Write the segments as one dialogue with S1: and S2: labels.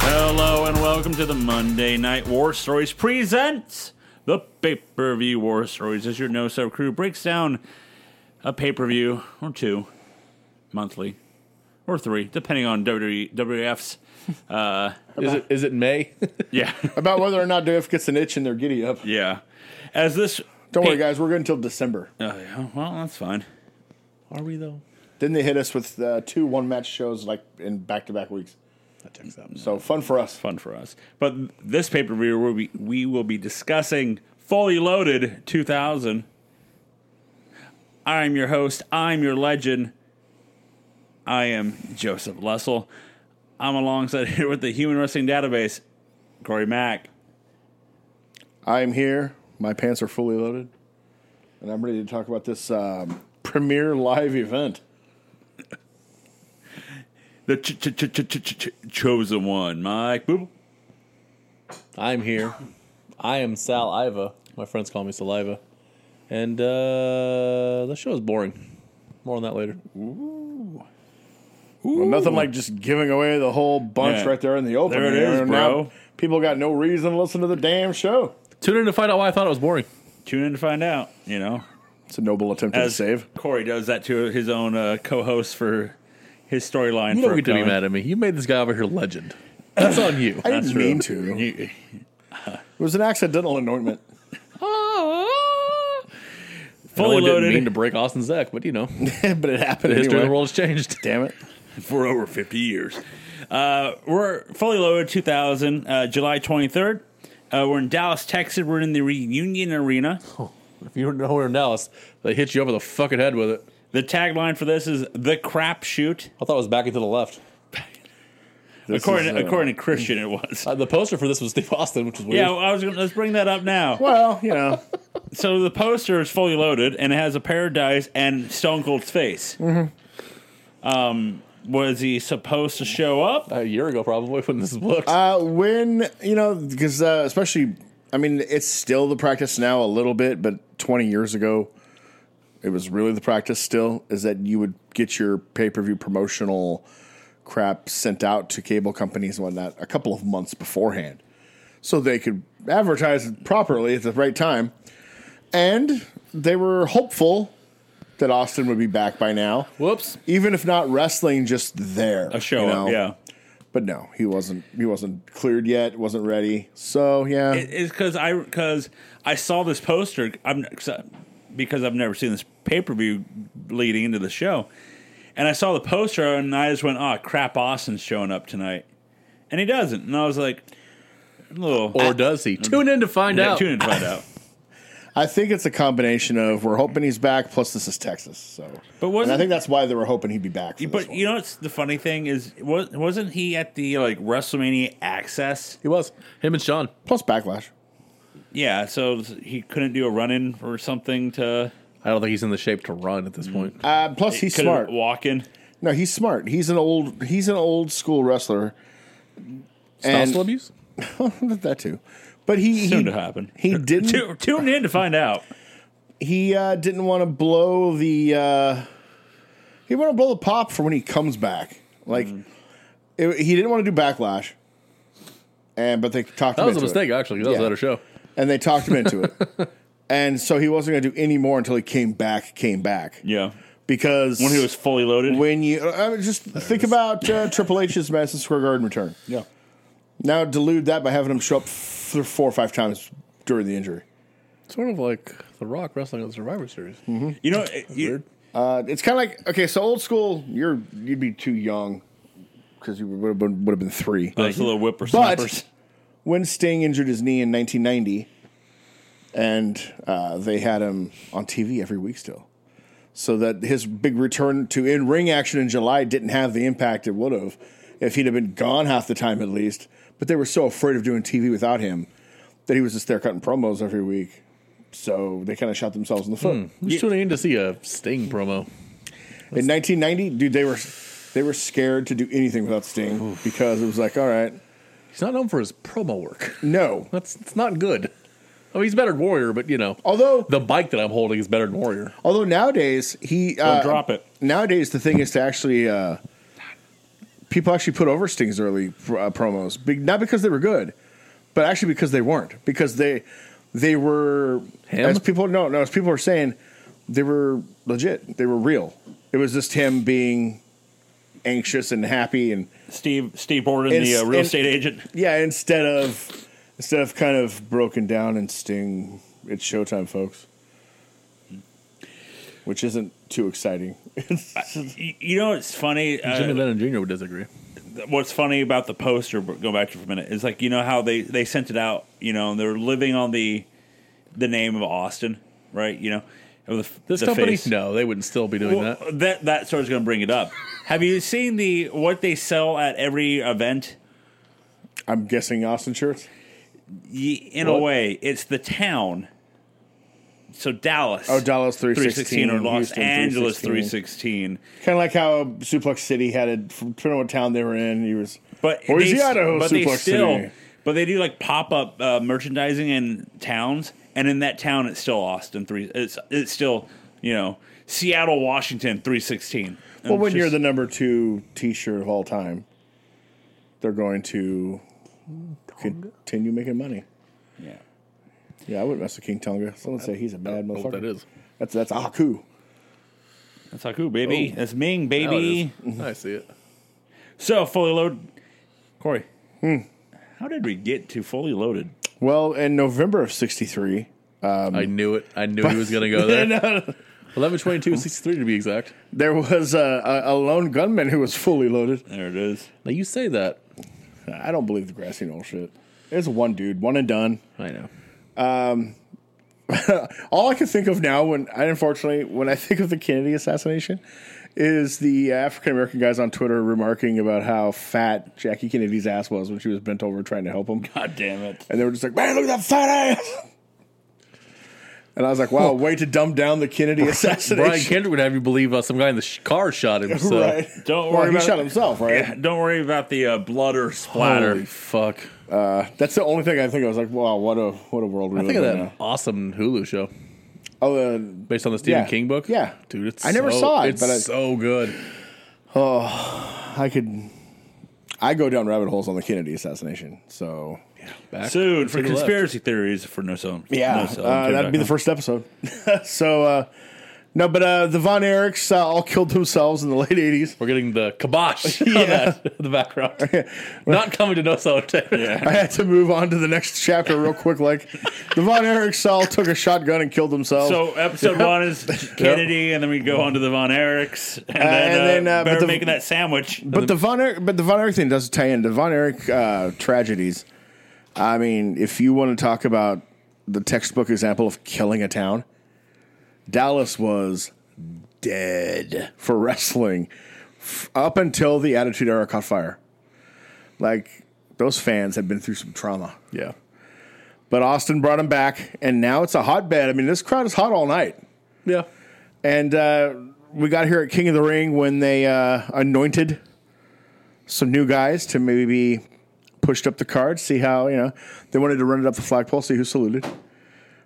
S1: Hello and welcome to the Monday Night War Stories presents the pay-per-view War Stories. As your no sub crew breaks down a pay-per-view or two monthly or three, depending on WWF's.
S2: Is it is it May?
S1: Yeah,
S2: About whether or not WF gets an itch and they're giddy up.
S1: yeah. As this,
S2: Don't worry,
S1: Hey.
S2: guys. We're good until December.
S1: Oh, yeah, well, that's fine.
S3: Are we though?
S2: Then they hit us with uh, two one match shows like in back to back weeks.
S3: That checks out.
S2: So fun for us.
S1: Fun for us. But this pay-per-view, will be, we will be discussing Fully Loaded 2000. I'm your host. I'm your legend. I am Joseph Lessel. I'm alongside here with the Human Wrestling Database, Corey Mack.
S2: I am here. My pants are fully loaded, and I'm ready to talk about this um, premier live event.
S1: The ch- ch- ch- ch- ch- ch- chosen one, Mike Booble.
S3: I'm here. I am Saliva. My friends call me Saliva. And uh the show is boring. More on that later.
S2: Well, nothing like just giving away the whole bunch
S1: Yeah.
S2: right there in the open.
S1: There it is,
S2: And now
S1: bro.
S2: People got no reason to listen to the damn show.
S3: Tune in to find out why I thought it was boring.
S1: Tune in to find out, you know.
S2: It's a noble attempt to
S1: As
S2: save.
S1: Corey does that to his own uh, co-host for his storyline.
S3: You don't
S1: for
S3: get to be
S1: upcoming.
S3: mad at me. You made this guy over here legend. That's on you.
S2: I didn't
S1: That's
S2: mean
S1: true.
S2: to. It
S1: You-
S2: was an accidental anointment.
S1: fully
S3: I
S1: loaded.
S3: didn't mean to break Austin's neck, but you know, the
S2: but it happened
S3: history
S2: anyway.
S3: of the world has changed.
S2: Damn it.
S1: for over 50 years. Uh, we're fully loaded 2000, uh, July 23rd. Uh, we're in Dallas, Texas. We're in the Reunion Arena.
S3: If you were nowhere in Dallas, they hit you over the fucking head with it.
S1: The tagline for this is "The Crap Shoot."
S3: I thought it was backing to the left.
S2: This
S1: According,
S2: is, uh,
S1: according to Christian, it was.
S3: Uh, the poster for this was Steve Austin, which was weird.
S1: Yeah, I was. Gonna, let's bring that up now.
S2: Well, you know,
S1: So the poster is fully loaded, and it has a paradise and Stone Cold's face. Um,
S2: Mm-hmm.
S1: was he supposed to show up?
S3: a year ago, probably when this was booked.
S2: uh, when you know, because uh, especially, I mean, it's still the practice now a little bit, but 20 years ago, it was really the practice. Still, is that you would get your pay per view promotional crap sent out to cable companies and whatnot a couple of months beforehand, so they could advertise it properly at the right time, and they were hopeful that Austin would be back by now.
S3: Whoops.
S2: Even if not wrestling, just there
S1: A show
S2: you
S1: up?
S2: know?
S1: Yeah.
S2: But no, he wasn't. He wasn't cleared yet. wasn't ready. So yeah,
S1: It's because I because I saw this poster. I'm 'cause I- because I've never seen this pay per view leading into the show, and I saw the poster and I just went, "Oh crap, Austin's showing up tonight," and he doesn't. And I was like, "Little
S2: Oh,
S3: or does he? Tune in to find
S1: yeah,
S3: out.
S1: tune in to find out."
S2: I think it's a combination of we're hoping he's back. Plus, this is Texas, so.
S1: But
S2: and I
S1: wasn't-
S2: think that's why they were hoping he'd be back. For this
S1: But
S2: one.
S1: you know, what's the funny thing is, was wasn't he at the like WrestleMania Access?
S3: He was him and Sean.
S2: plus backlash.
S1: Yeah, so he couldn't do a run in or something to
S3: I don't think he's in the shape to run at this point.
S2: Uh, plus, he's smart.
S1: walk in.
S2: No, he's smart. He's an old. He's an old school wrestler.
S3: Spousal abuse?
S2: that too, but he
S1: Soon
S2: he,
S1: to happen.
S2: he didn't.
S1: Tu- Tune in to find out.
S2: He uh, didn't want to blow the. Uh, he want to blow the pop for when he comes back. Like it, he didn't want to do backlash. And but they talked.
S3: That
S2: him
S3: was a
S2: into it.
S3: mistake, actually. 'cause That was
S2: Yeah.
S3: a better show.
S2: and they talked him into it. And so he wasn't going to do any more until he came back, came back.
S1: Yeah,
S2: Because
S1: when he was fully loaded.
S2: when you uh, I mean, just think about uh, Triple H's Madison Square Garden return.
S1: Yeah.
S2: Now dilute that by having him show up f- four or five times during the injury.
S3: Sort of like The Rock wrestling at the Survivor Series.
S1: You know, it- you-
S3: Weird.
S2: Uh, it's kind of like okay, so old school, you're you'd be too young because you would have been, would have been three.
S1: those little whippersnappers.
S2: But when Sting injured his knee in 1990, and uh, they had him on TV every week still, so that his big return to in ring action in July didn't have the impact it would have if he'd have been gone half the time at least. But they were so afraid of doing TV without him that he was just there cutting promos every week. So they kind of shot themselves in the foot.
S3: I'm just tuning in to see a Sting promo.
S2: In 1990, dude, they were they were scared to do anything without Sting because it was like, all right,
S3: He's not known for his promo work.
S2: no,
S3: That's it's not good. Oh, he's better than Warrior, but you know.
S2: Although-
S3: the bike that I'm holding is better than Warrior.
S2: Although nowadays he uh,
S1: drop it.
S2: Nowadays the thing is to actually uh, people actually put over Sting's early uh, promos, Be- not because they were good, but actually because they weren't. Because they they were
S3: Him?
S2: as people no no as people are saying they were legit. They were real. It was just him being anxious and happy and
S1: Steve Steve Borden,
S2: And
S1: the
S2: s-
S1: uh, real
S2: and-
S1: estate agent.
S2: yeah. Instead of instead of kind of broken down and Sting, it's showtime, folks. Which isn't too exciting.
S1: Y- You know what's funny? Uh,
S3: Jimmy Lennon Jr. would disagree.
S1: what's funny about the poster but go back to it for a minute is like you know how they they sent it out you know and they're living on the the name of austin right you know of the,
S3: This
S1: the
S3: company,
S1: face.
S3: no, they wouldn't still be doing
S1: Well, uh,
S3: that.
S1: that that story's going to bring it up have you seen the what they sell at every event
S2: I'm guessing Austin shirts.
S1: Ye- in a
S3: What?
S1: way it's the town so dallas
S2: Oh, Dallas three
S1: 316 or los angeles 316
S2: Kind of like how Suplex City had it, depending on what town they were in. He was
S1: but
S2: Or is
S1: they,
S2: he Idaho
S1: but they
S2: Suplex
S1: still
S2: City?
S1: but they do like pop up uh, merchandising in towns and in that town it's still Austin 3 it's it's still you know Seattle Washington 316 And
S2: well. When
S1: it's
S2: you're the
S1: just-
S2: number two T-shirt of all time, they're going to continue making money.
S1: yeah.
S2: Yeah, I wouldn't mess with King Tonga. Someone say he's a bad
S3: know
S2: motherfucker.
S3: what that is.
S2: That's that's Aku.
S1: That's Haku baby
S2: Oh.
S1: that's Ming
S3: Now it
S1: baby
S3: is. I see it.
S1: so fully loaded Corey how did we get to fully loaded
S2: Well, in November of '63,
S3: I knew it. I knew he was going to go there. 112263 to be exact.
S2: there was a, a, a lone gunman who was fully loaded.
S1: there it is
S3: Now you say that.
S2: I don't believe the grassy knoll shit. It's one dude, one and done.
S3: I know.
S2: All I can think of now, when I unfortunately, when I think of the Kennedy assassination, is the African American guys on Twitter remarking about how fat Jackie Kennedy's ass was when she was bent over trying to help him,
S1: god damn it
S2: and they were just like, "Man, look at that fat ass." And I was like, "Wow, way to dumb down the Kennedy
S3: Brian
S2: assassination."
S3: Kendrick would have you believe uh, some guy in the sh- car shot him. So.
S2: right?
S1: Don't
S2: Well,
S1: worry
S2: he
S1: about
S2: shot
S1: it.
S2: himself, right?
S1: don't worry about the uh, blood or splatter
S3: Holy fuck.
S2: That's the only thing I think. I was like, "Wow, what a what a world we
S3: I
S2: live
S3: think of
S2: in
S3: that
S2: now."
S3: awesome Hulu show
S2: Oh, uh,
S3: based on the Stephen
S2: Yeah.
S3: King book.
S2: Yeah.
S3: Dude, it's
S2: I never
S3: so-
S2: saw it,
S3: It's
S2: but I-
S3: so good.
S2: I could. I go down rabbit holes on the Kennedy assassination, so Uh,
S3: Back
S1: soon
S3: to
S1: for
S3: the left.
S1: conspiracy theories for no zone
S2: Yeah, uh, that'd be the first episode. so, uh, no, but uh, the Von Erichs uh, all killed themselves in the late '80s.
S3: We're getting the kibosh on
S2: Yeah.
S3: that in the background. Not coming to no sellotape.
S2: I had to move on to the next chapter real quick. Like the Von Erichs all took a shotgun and killed themselves.
S1: So episode one is Kennedy, and then we go on to the Von Erichs, and then,
S2: and
S1: uh,
S2: then, uh, but
S1: better
S2: the-
S1: making that sandwich.
S2: but the Von Erich, but the Von Erich thing does tie in the Von Erich uh, tragedies. I mean, if you want to talk about the textbook example of killing a town, Dallas was dead for wrestling f- up until the Attitude Era caught fire. Like those fans had been through some trauma.
S3: Yeah.
S2: But Austin brought him back, and now it's a hotbed. I mean, this crowd is hot all night.
S3: Yeah.
S2: And uh, we got here at King of the Ring when they uh, anointed some new guys to maybe be pushed up the card, see how, you know, they wanted to run it up the flagpole, see who saluted.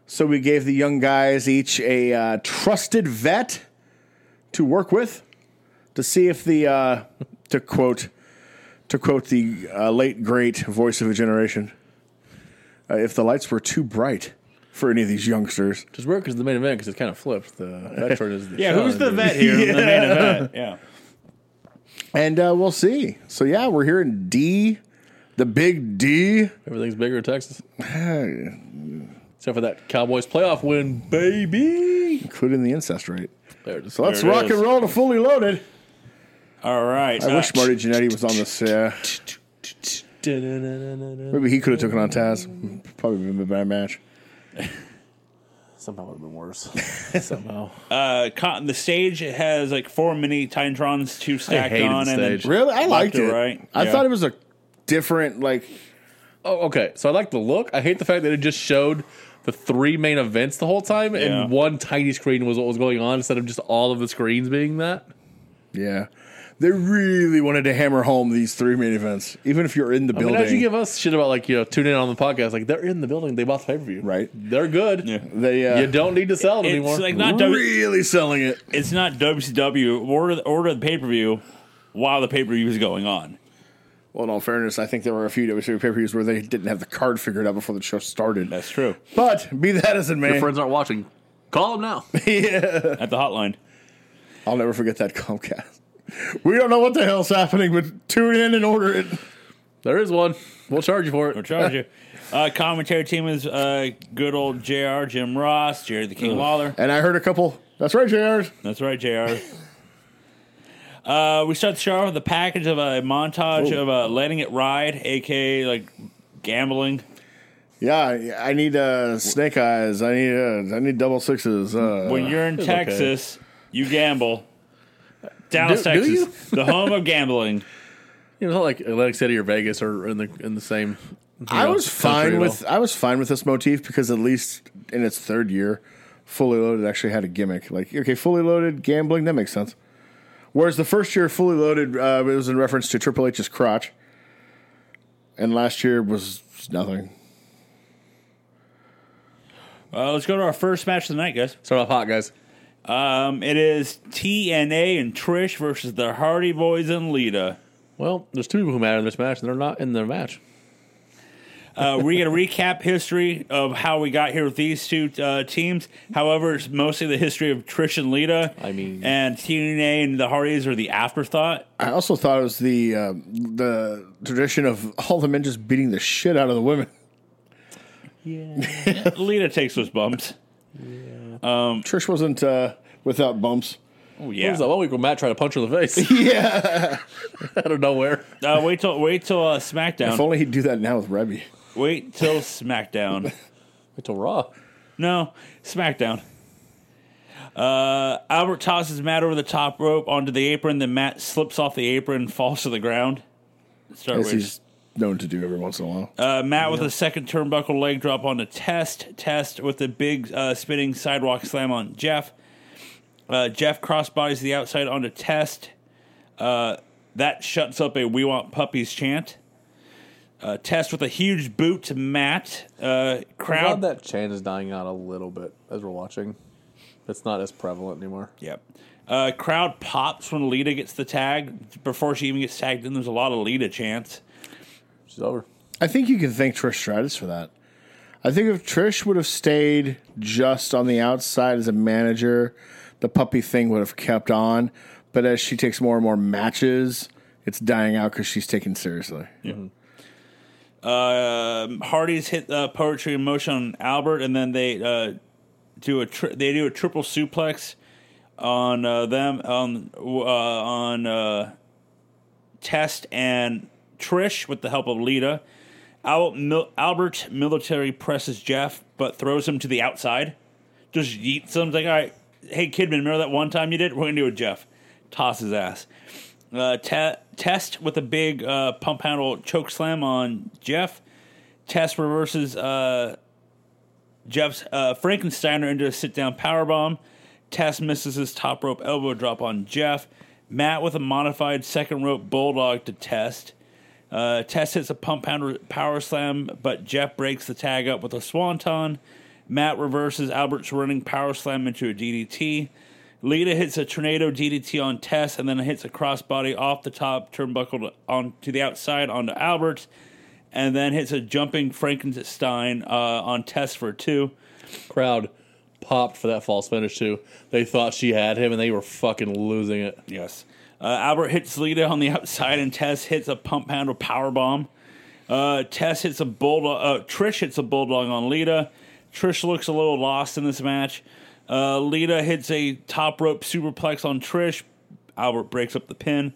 S2: So we gave the young guys each a uh, trusted vet to work with to see if the, uh, to quote, to quote the uh, late great voice of a generation, uh, if the lights were too bright for any of these youngsters.
S3: Just work is the main event because it's kind of flipped. The veteran is the
S1: yeah, who's the
S3: challenger.
S1: vet here? in The main event. Yeah,
S2: And uh, we'll see. So yeah, we're here in D, the big D.
S3: Everything's bigger in Texas. Except for that Cowboys playoff win, baby.
S2: Including the incest rate.
S3: There it is.
S2: So let's
S1: There it
S2: rock
S1: is.
S2: and roll to fully loaded.
S1: all right.
S2: I
S1: Uh,
S2: wish Marty Jannetty was on this. Yeah, maybe he could have took it on Taz. Probably been a bad match.
S3: Somehow would have been worse. Somehow.
S1: uh, Cotton, the stage has like four mini Titantrons, two stacked
S3: hated
S1: on,
S3: the
S1: and then
S3: stage.
S2: Really, I liked
S1: to
S2: it.
S1: right,
S2: I
S1: yeah.
S2: thought it was a different like.
S3: Oh, okay. So I like the look. I hate the fact that it just showed the three main events the whole time,
S1: Yeah.
S3: and one tiny screen was what was going on instead of just all of the screens being that.
S2: Yeah, they really wanted to hammer home these three main events. Even if you're in the
S3: But
S2: building,
S3: now you give us shit about like you know tune in on the podcast. Like they're in the building. They bought the pay per view.
S2: Right.
S3: They're good.
S1: Yeah.
S2: they uh,
S3: You don't need to sell it,
S1: It's
S3: anymore.
S1: like not W-
S2: really selling it.
S1: it's not WCW. Order order the pay per view. while the pay per view was going on.
S2: Well, in all fairness, I think there were a few WWE pay per views where they didn't have the card figured out before the show started.
S1: That's true.
S2: But be that as it may,
S3: Your friends aren't watching. Call them now.
S1: At the hotline.
S2: I'll never forget that Comcast. We don't know what the hell's happening, but tune in and order it.
S3: there is one. We'll charge you for
S1: We'll
S3: it.
S1: charge you. Uh, commentary team is uh, good old JR, Jim Ross, Jerry the King Lawler.
S2: And I heard a couple. That's right, JR's.
S1: That's right, JR. uh, we start the show off with a package of a montage of uh, letting it ride, aka like gambling.
S2: Yeah, I I need uh, snake eyes. I need uh, I need double sixes. Uh,
S1: When you're in
S3: it's okay.
S1: Texas, you gamble. Dallas,
S3: Do- do
S1: Texas, the home of gambling.
S3: You know, it's not like Atlantic City or Vegas are in the in the same. you
S2: I
S3: know,
S2: was
S3: country
S2: fine
S3: at
S2: with
S3: all.
S2: I was fine with this motif because at least in its third year, fully loaded actually had a gimmick. Like okay, fully loaded gambling that makes sense. Whereas the first year, fully loaded, uh, it was in reference to Triple H's crotch, and last year was nothing.
S1: Uh, let's go to our first match of the night, guys.
S3: Start off hot, guys.
S1: Um, it is TNA and Trish versus the Hardy Boys and Lita.
S3: Well, there's two people who matter in this match, and they're not in the match.
S1: Uh, we're going to recap history of how we got here with these two uh, teams. However, it's mostly the history of Trish and Lita.
S3: I mean-
S1: and TNA and the Hardys are the afterthought.
S2: I also thought it was the uh, the tradition of all the men just beating the shit out of the women.
S1: Lita takes those bumps.
S2: Trish wasn't uh, without bumps.
S1: Oh
S3: It
S1: yeah.
S3: was that one week when Matt tried to punch her in the face
S2: Yeah,
S3: out of nowhere.
S1: Uh, wait till wait till uh, SmackDown.
S2: if only he'd do that now with Rebby.
S1: wait till SmackDown.
S3: Wait till Raw.
S1: No, SmackDown. Uh, Albert tosses Matt over the top rope onto the apron. Then Matt slips off the apron and falls to the ground. Start
S2: As
S1: with
S2: he's known to do every once in a while.
S1: Uh, Matt with a second turnbuckle leg drop on the test. Test with a big uh, spinning sidewalk slam on Jeff. Uh, Jeff crossbodies the outside on the test. Uh, that shuts up a We Want Puppies chant. Uh, test with a huge boot to Matt. Uh,
S3: I'm
S1: crowd.
S3: glad that chant is dying out a little bit as we're watching. It's not as prevalent anymore.
S1: Yep. Uh, crowd pops when Lita gets the tag. Before she even gets tagged in, there's a lot of Lita chants.
S3: She's over.
S2: I think you can thank Trish Stratus for that. I think if Trish would have stayed just on the outside as a manager, the puppy thing would have kept on. But as she takes more and more matches, it's dying out because she's taken seriously.
S1: Um, Hardy's hit uh, poetry in motion on Albert, and then they uh, do a tri- they do a triple suplex on uh, them on uh, on uh, Test and Trish with the help of Lita. Albert, mil- Albert military presses Jeff, but throws him to the outside. Just yeets him. It's like, all right, hey Kidman, remember that one time you did? We're gonna do it, Jeff. Toss his ass. Uh, te- test with a big uh, pump handle choke slam on Jeff. Test reverses uh, Jeff's uh, Frankensteiner into a sit down powerbomb. Test misses his top rope elbow drop on Jeff. Matt with a modified second rope bulldog to Test. Uh, Test hits a pump pounder power slam, but Jeff breaks the tag up with a swanton. Matt reverses Albert's running power slam into a DDT. Lita hits a tornado DDT on Tess and then hits a crossbody off the top turnbuckle to, on, to the outside onto Albert, and then hits a jumping Frankenstein uh, on Tess for two.
S3: Crowd popped for that false finish too. They thought she had him, and they were fucking losing it.
S1: Yes. Uh, Albert hits Lita on the outside, and Tess hits a pump handle power bomb. Uh, Tess hits a bulldog. Uh, Trish hits a bulldog on Lita. Trish looks a little lost in this match. Uh, Lita hits a top rope superplex on Trish. Albert breaks up the pin.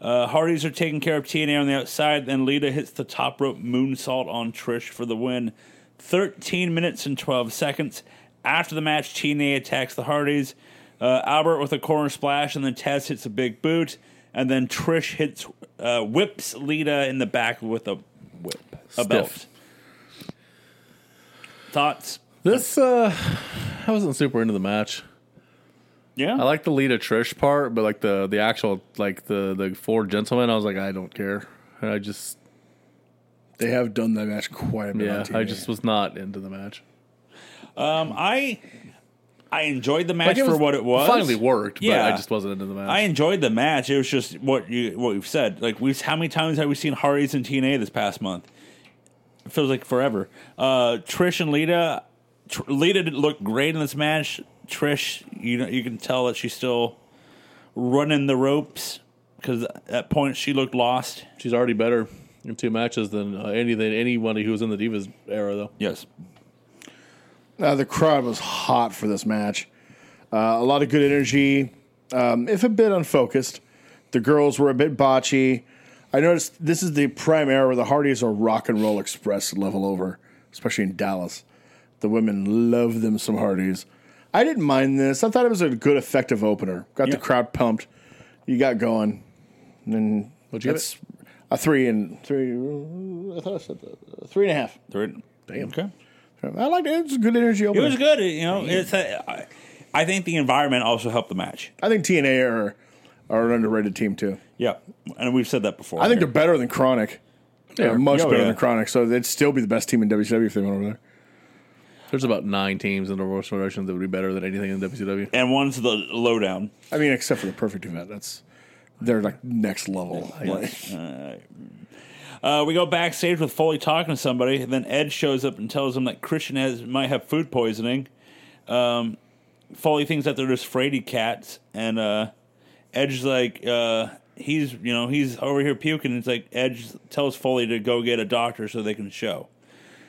S1: Uh, Hardys are taking care of TNA on the outside. Then Lita hits the top rope moonsault on Trish for the win. 13 minutes and 12 seconds. After the match, TNA attacks the Hardys. Uh, Albert with a corner splash, and then Tess hits a big boot. And then Trish hits, uh, whips Lita in the back with a whip, a
S3: Stiff.
S1: belt. Thoughts?
S3: This uh, I wasn't super into the match.
S1: Yeah.
S3: I like the Lita Trish part, but like the the actual like the the four gentlemen, I was like, I don't care. And I just
S2: They have done that match quite a bit.
S3: yeah,
S2: on TV.
S3: I just was not into the match.
S1: Um, I I enjoyed the match
S3: Like, it
S1: for
S3: was-
S1: what it was.
S3: Finally worked, but
S1: Yeah.
S3: I just wasn't into the match.
S1: I enjoyed the match. It was just what you what you've said. Like we, how many times have we seen Hardy's and TNA this past month? It feels like forever. Uh, Trish and Lita, Tr- Lita did- looked great in this match. Trish, you know, you can tell that she's still running the ropes because at point she looked lost.
S3: She's already better in two matches than uh, any than anybody who was in the Divas era, though.
S1: Yes,
S2: Uh, the crowd was hot for this match. Uh, a lot of good energy, um, if a bit unfocused. The girls were a bit botchy. I noticed this is the prime era where the Hardys are rock and roll express level over, especially in Dallas. The women love them some Hardys. I didn't mind this. I thought it was a good, effective opener. Got
S1: Yeah.
S2: the crowd pumped. You got going. And then
S3: What'd you give
S2: that's a three and three. I thought I said that. three and a half.
S1: Damn. Okay.
S2: I liked it. It was a good energy
S1: It
S2: opener.
S1: was good. You know, it's a, I, I think the environment also helped the match.
S2: I think TNA are are an underrated team too.
S1: Yeah, and we've said that before.
S2: I think
S1: here.
S2: they're better than Chronic. They're much
S1: Oh,
S2: better
S1: yeah.
S2: than Chronic, so they'd still be the best team in WCW if they went over there.
S3: There's about nine teams in the World Directions that would be better than anything in WCW.
S1: and one's the lowdown.
S2: I mean, except for the Perfect Event, that's they're like next level. Like,
S1: Uh, we go backstage with Foley talking to somebody, and then Ed shows up and tells him that Christian has might have food poisoning. Um, Foley thinks that they're just fraidy cats, and uh, Edge's like, uh, he's you know he's over here puking. And it's like Edge tells Foley to go get a doctor so they can show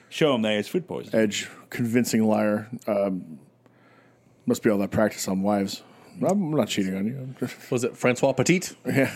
S1: show him that he has food poisoning.
S2: Edge, convincing liar. Um, must be all that practice on wives. I'm not cheating on you.
S3: Was it Francois Petit?
S2: yeah,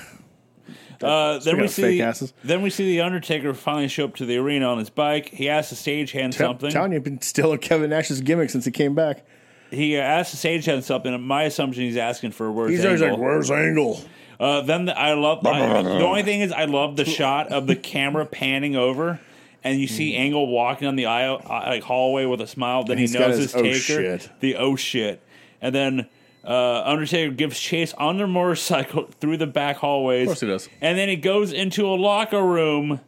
S1: Uh, then
S2: Speaking
S1: we
S2: of fake
S1: see
S2: asses.
S1: then we see the Undertaker finally show up to the arena on his bike. He asks the stagehand something.
S2: telling you, I've been still Kevin Nash's gimmick since he came back.
S1: he asks the stagehand something. And my assumption he's asking for words.
S2: He's always like, "Where's Angle?"
S1: Uh, then the, I love I- the only thing is I love the shot of the camera panning over, and you see Angle walking on the aisle, uh, like hallway with a smile. Then he
S2: Mm. he's got
S1: knows his,
S2: his, "Oh,
S1: taker,
S2: shit."
S1: the oh shit, and then uh, Undertaker gives chase on their motorcycle through the back hallways. Of
S3: course he does.
S1: And then he goes into a locker room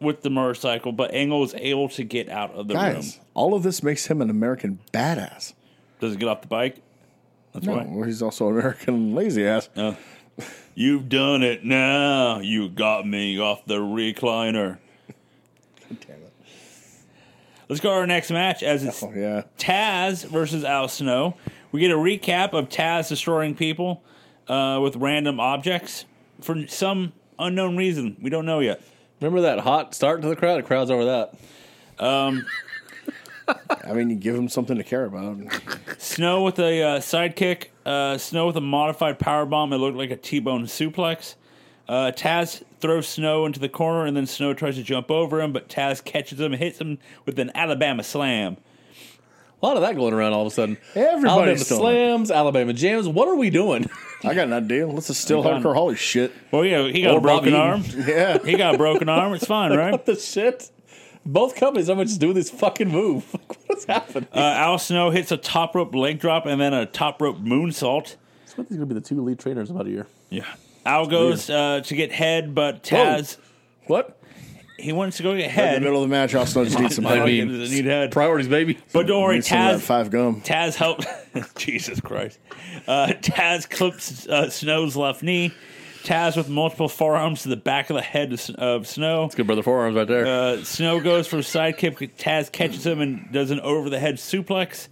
S1: with the motorcycle, but Angle is able to get out of the
S2: Guys,
S1: room.
S2: all of this makes him an American badass.
S1: Does he get off the bike? That's
S2: No,
S1: right.
S2: well, he's also an American lazy ass.
S1: You've done it now. You got me off the recliner.
S2: Damn it.
S1: Let's go to our next match as it's
S2: Oh yeah.
S1: Taz versus Al Snow. We get a recap of Taz destroying people uh, with random objects for some unknown reason. We don't know yet.
S3: Remember that hot start to the crowd? The crowd's over that.
S2: I mean, you give him something to care about.
S1: Snow with a uh, sidekick. Uh, Snow with a modified power bomb. It looked like a T-bone suplex. Uh, Taz throws Snow into the corner, and then Snow tries to jump over him, but Taz catches him and hits him with an Alabama slam.
S3: A lot of that going around all of a sudden.
S2: Everybody's
S3: Alabama
S2: still-
S3: slams, Alabama jams. What are we doing?
S2: I got an idea. Let's just still
S1: I'm done.
S2: hardcore holy shit.
S1: Well, yeah, he got
S3: Or
S1: a broken
S3: Bob
S1: arm.
S2: Yeah.
S1: He got a broken arm. It's fine, right?
S3: what the shit? Both companies are just doing this fucking move. Like, what is happening?
S1: Uh, Al Snow hits a top rope leg drop and then a top rope moonsault.
S3: Something's going to be the two lead trainers about a year.
S1: Yeah. Al goes uh, to get head, but Taz,
S3: What?
S1: he wants to go get
S2: In the
S1: head.
S2: middle of the match, Austin just needs some
S1: I
S2: help.
S1: mean, need head.
S3: Priorities, baby.
S1: But don't worry,
S2: Needs some of that
S1: Taz.
S2: five gum.
S1: Taz helped. Jesus Christ. Uh, Taz clips uh, Snow's left knee. Taz with multiple forearms to the back of the head of, Sn- of Snow.
S3: Good brother forearms right there.
S1: Uh, Snow goes for a sidekick. Taz catches him and does an over the head suplex.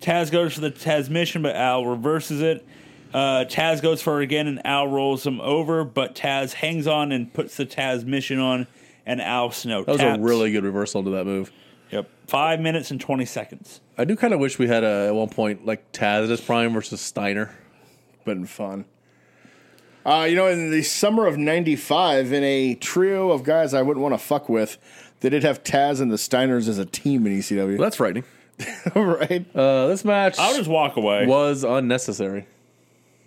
S1: Taz goes for the Taz mission, but Al reverses it. Uh, Taz goes for it again, and Al rolls him over, but Taz hangs on and puts the Taz mission on, and Al Snow
S3: that was
S1: taps.
S3: a really good reversal to that move.
S1: yep. Five minutes and twenty seconds.
S3: I do kind of wish we had a, at one point like Taz at his prime versus Steiner.
S2: Been fun. Uh, you know, in the summer of '95, in a trio of guys I wouldn't want to fuck with, they did have Taz and the Steiners as a team in ECW.
S3: That's frightening.
S2: right?
S3: Uh, this match
S1: I'll just walk away.
S3: was unnecessary.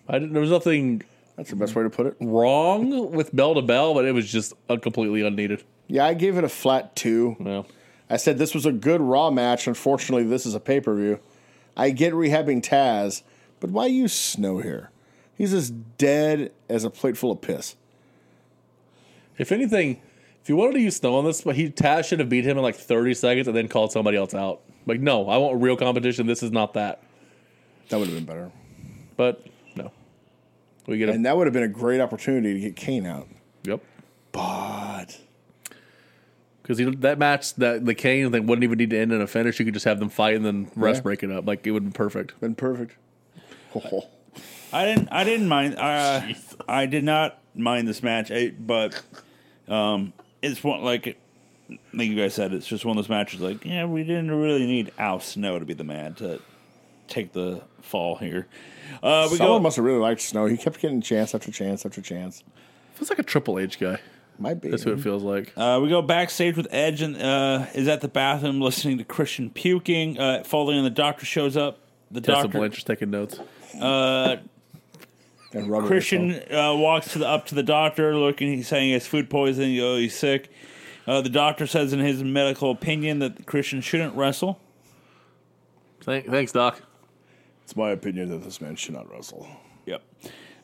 S3: I didn't, there was nothing
S2: That's the best way to put it.
S3: wrong with bell to bell, but it was just uh, completely unneeded.
S2: Yeah, I gave it a flat two.
S3: No.
S2: I said this was a good Raw match. Unfortunately, this is a pay per view. I get rehabbing Taz, but why use Snow here? He's as dead as a plate full of piss.
S3: If anything, if you wanted to use snow on this, but he Taz should have beat him in like 30 seconds and then called somebody else out. Like, no, I want real competition. This is not that.
S2: That would have been better.
S3: But no, we get a
S2: And that would have been a great opportunity to get Kane out.
S3: yep
S2: But
S3: because that match that the Kane thing wouldn't even need to end in a finish. You could just have them fight and then rest
S2: Yeah.
S3: break it up. Like it would be perfect.
S2: been perfect. Oh.
S1: I didn't. I didn't mind. Uh, I did not mind this match, I, but um, it's one like like you guys said. It's just one of those matches. Like, yeah, we didn't really need Al Snow to be the man to take the fall here. Uh, we
S2: Someone
S1: go.
S2: must have really liked Snow. He kept getting chance after chance after chance.
S3: Feels like a Triple H guy.
S2: Might be.
S3: That's what it feels like.
S1: Uh, we go backstage with Edge and uh, is at the bathroom listening to Christian puking. Uh, Foley and the doctor shows up. The
S3: Tessa
S1: doctor
S3: Blanchard's taking notes.
S2: And rubber
S1: Christian uh, walks to the, up to the doctor, looking. He's saying he has food poisoning. Oh, he's sick. Uh, the doctor says, in his medical opinion, that Christian shouldn't wrestle.
S3: Thank, thanks, Doc.
S2: It's my opinion that this man should not wrestle.
S1: Yep.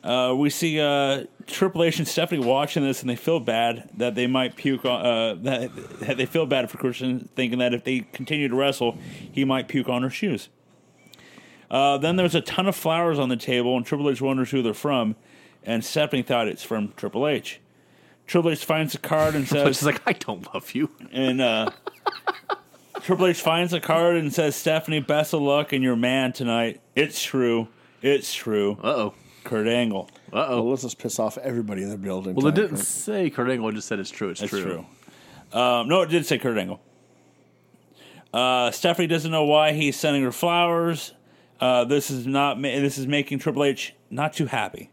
S1: Uh, we see uh, Triple H and Stephanie watching this, and they feel bad that they might puke. On, uh, that, that they feel bad for Christian, thinking that if they continue to wrestle, he might puke on her shoes. Uh, then there's a ton of flowers on the table, and Triple H wonders who they're from, and Stephanie thought it's from Triple H. Triple H finds the card and says,
S3: She's like, I don't love you.
S1: and uh, Triple H finds a card and says, "Stephanie, best of luck and your man tonight. It's true. It's true."
S3: Uh oh.
S1: Kurt Angle.
S3: Uh oh.
S2: Well, let's just piss off everybody in the building.
S3: Well, it
S2: tonight,
S3: didn't say Kurt Angle. It just said it's true. It's
S1: That's
S3: true.
S1: true. Um, no, it did say Kurt Angle. Uh, Stephanie doesn't know why he's sending her flowers. Uh, this is not. Ma- this is making Triple H not too happy.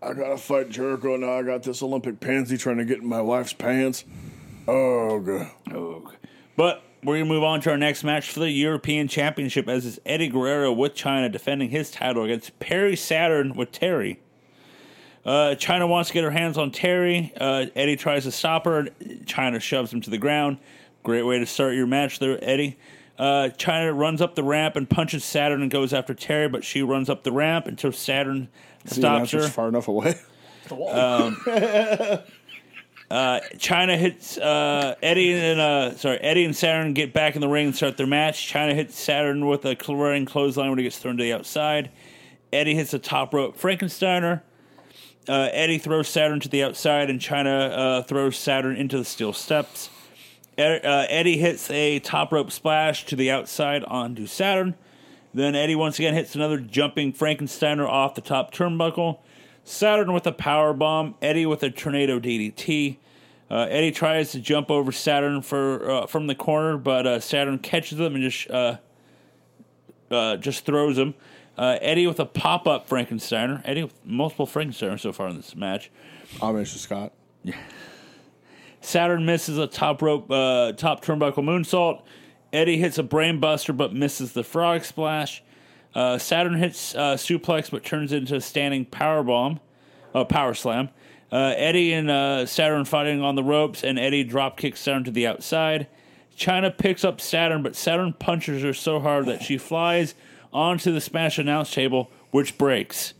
S2: right? I gotta fight Jericho now. I got this Olympic pansy trying to get in my wife's pants. Oh god.
S1: But we're going to move on to our next match for the European Championship as it's Eddie Guerrero with China defending his title against Perry Saturn with Terry. Uh, China wants to get her hands on Terry. Uh, Eddie tries to stop her. China shoves him to the ground. Great way to start your match there, Eddie. Uh, China runs up the ramp and punches Saturn and goes after Terry, but she runs up the ramp until Saturn stops
S2: See, that's
S1: her.
S2: just far enough away.
S1: China hits uh, Eddie and uh, sorry Eddie and Saturn get back in the ring and start their match. China hits Saturn with a running clothesline when he gets thrown to the outside. Eddie hits the top rope Frankensteiner. Uh, Eddie throws Saturn to the outside, and China uh, throws Saturn into the steel steps. Ed, uh, Eddie hits a top rope splash to the outside onto Saturn. Then Eddie once again hits another jumping Frankensteiner off the top turnbuckle. Saturn with a power bomb. Eddie with a tornado DDT. Uh, Eddie tries to jump over Saturn for uh, from the corner, but uh, Saturn catches him and just uh, uh, just throws him. Uh, Eddie with a pop up Frankensteiner. Eddie with multiple Frankensteiner so far in this match.
S2: I'm Mr. Scott.
S1: Saturn misses a top rope, uh, top turnbuckle moonsault. Eddie hits a brainbuster but misses the frog splash. Uh, Saturn hits uh, suplex but turns into a standing power bomb, uh, power slam. Uh, Eddie and uh, Saturn fighting on the ropes, and Eddie drop kicks Saturn to the outside. China picks up Saturn, but Saturn punches her so hard that she flies onto the smash announce table, which breaks.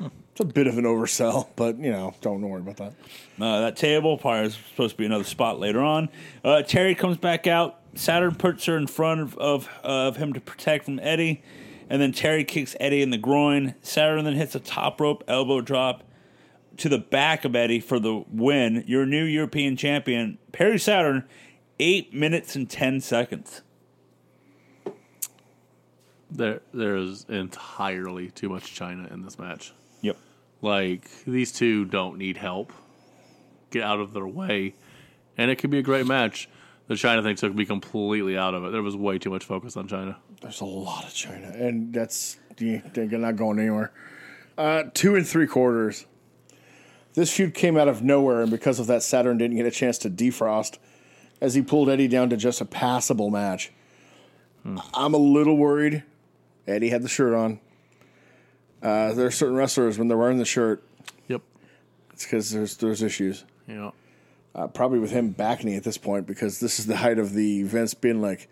S2: It's a bit of an oversell, but you know, don't worry about that.
S1: uh, that table. Probably is supposed to be another spot later on. Uh, Terry comes back out. Saturn puts her in front of, of, of him to protect from Eddie. And then Terry kicks Eddie in the groin. Saturn then hits a top rope elbow drop to the back of Eddie for the win. Your new European champion, Perry Saturn, 8 minutes and 10 seconds.
S3: There, there is entirely too much China in this match.
S1: Yep.
S3: Like these two don't need help. Get out of their way, and it could be a great match. The China thing took me completely out of it. There was way too much focus on China.
S2: There's a lot of China, and that's yeah, they're not going anywhere. Uh, two and three quarters. This feud came out of nowhere, and because of that, Saturn didn't get a chance to defrost as he pulled Eddie down to just a passable match. I'm a little worried. Eddie had the shirt on. Uh, there are certain wrestlers when they're wearing the shirt,
S3: Yep.
S2: it's because there's there's issues.
S3: Yeah.
S2: Uh, probably with him backing at this point because this is the height of the Vince being like,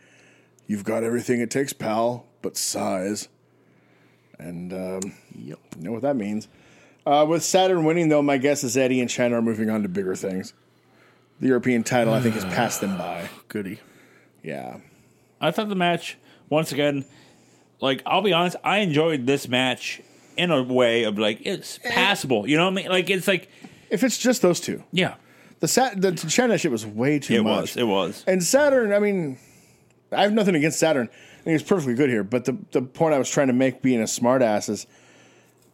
S2: "You've got everything it takes, pal, but size." And um,
S3: Yep.
S2: you know what that means. Uh, with Saturn winning, though, my guess is Eddie and China are moving on to bigger things. The European title, I think,
S1: Ah,
S2: has passed them by.
S3: Goody.
S2: Yeah,
S1: I thought the match, once again, like I'll be honest, I enjoyed this match in a way of like it's passable. You know what I mean? Like it's like
S2: If it's just those two,
S1: yeah,
S2: the Sat- the China shit was way too
S1: it
S2: much.
S1: was, it was.
S2: And Saturn, I mean, I have nothing against Saturn. I think it's perfectly good here. But the, the point I was trying to make being a smartass is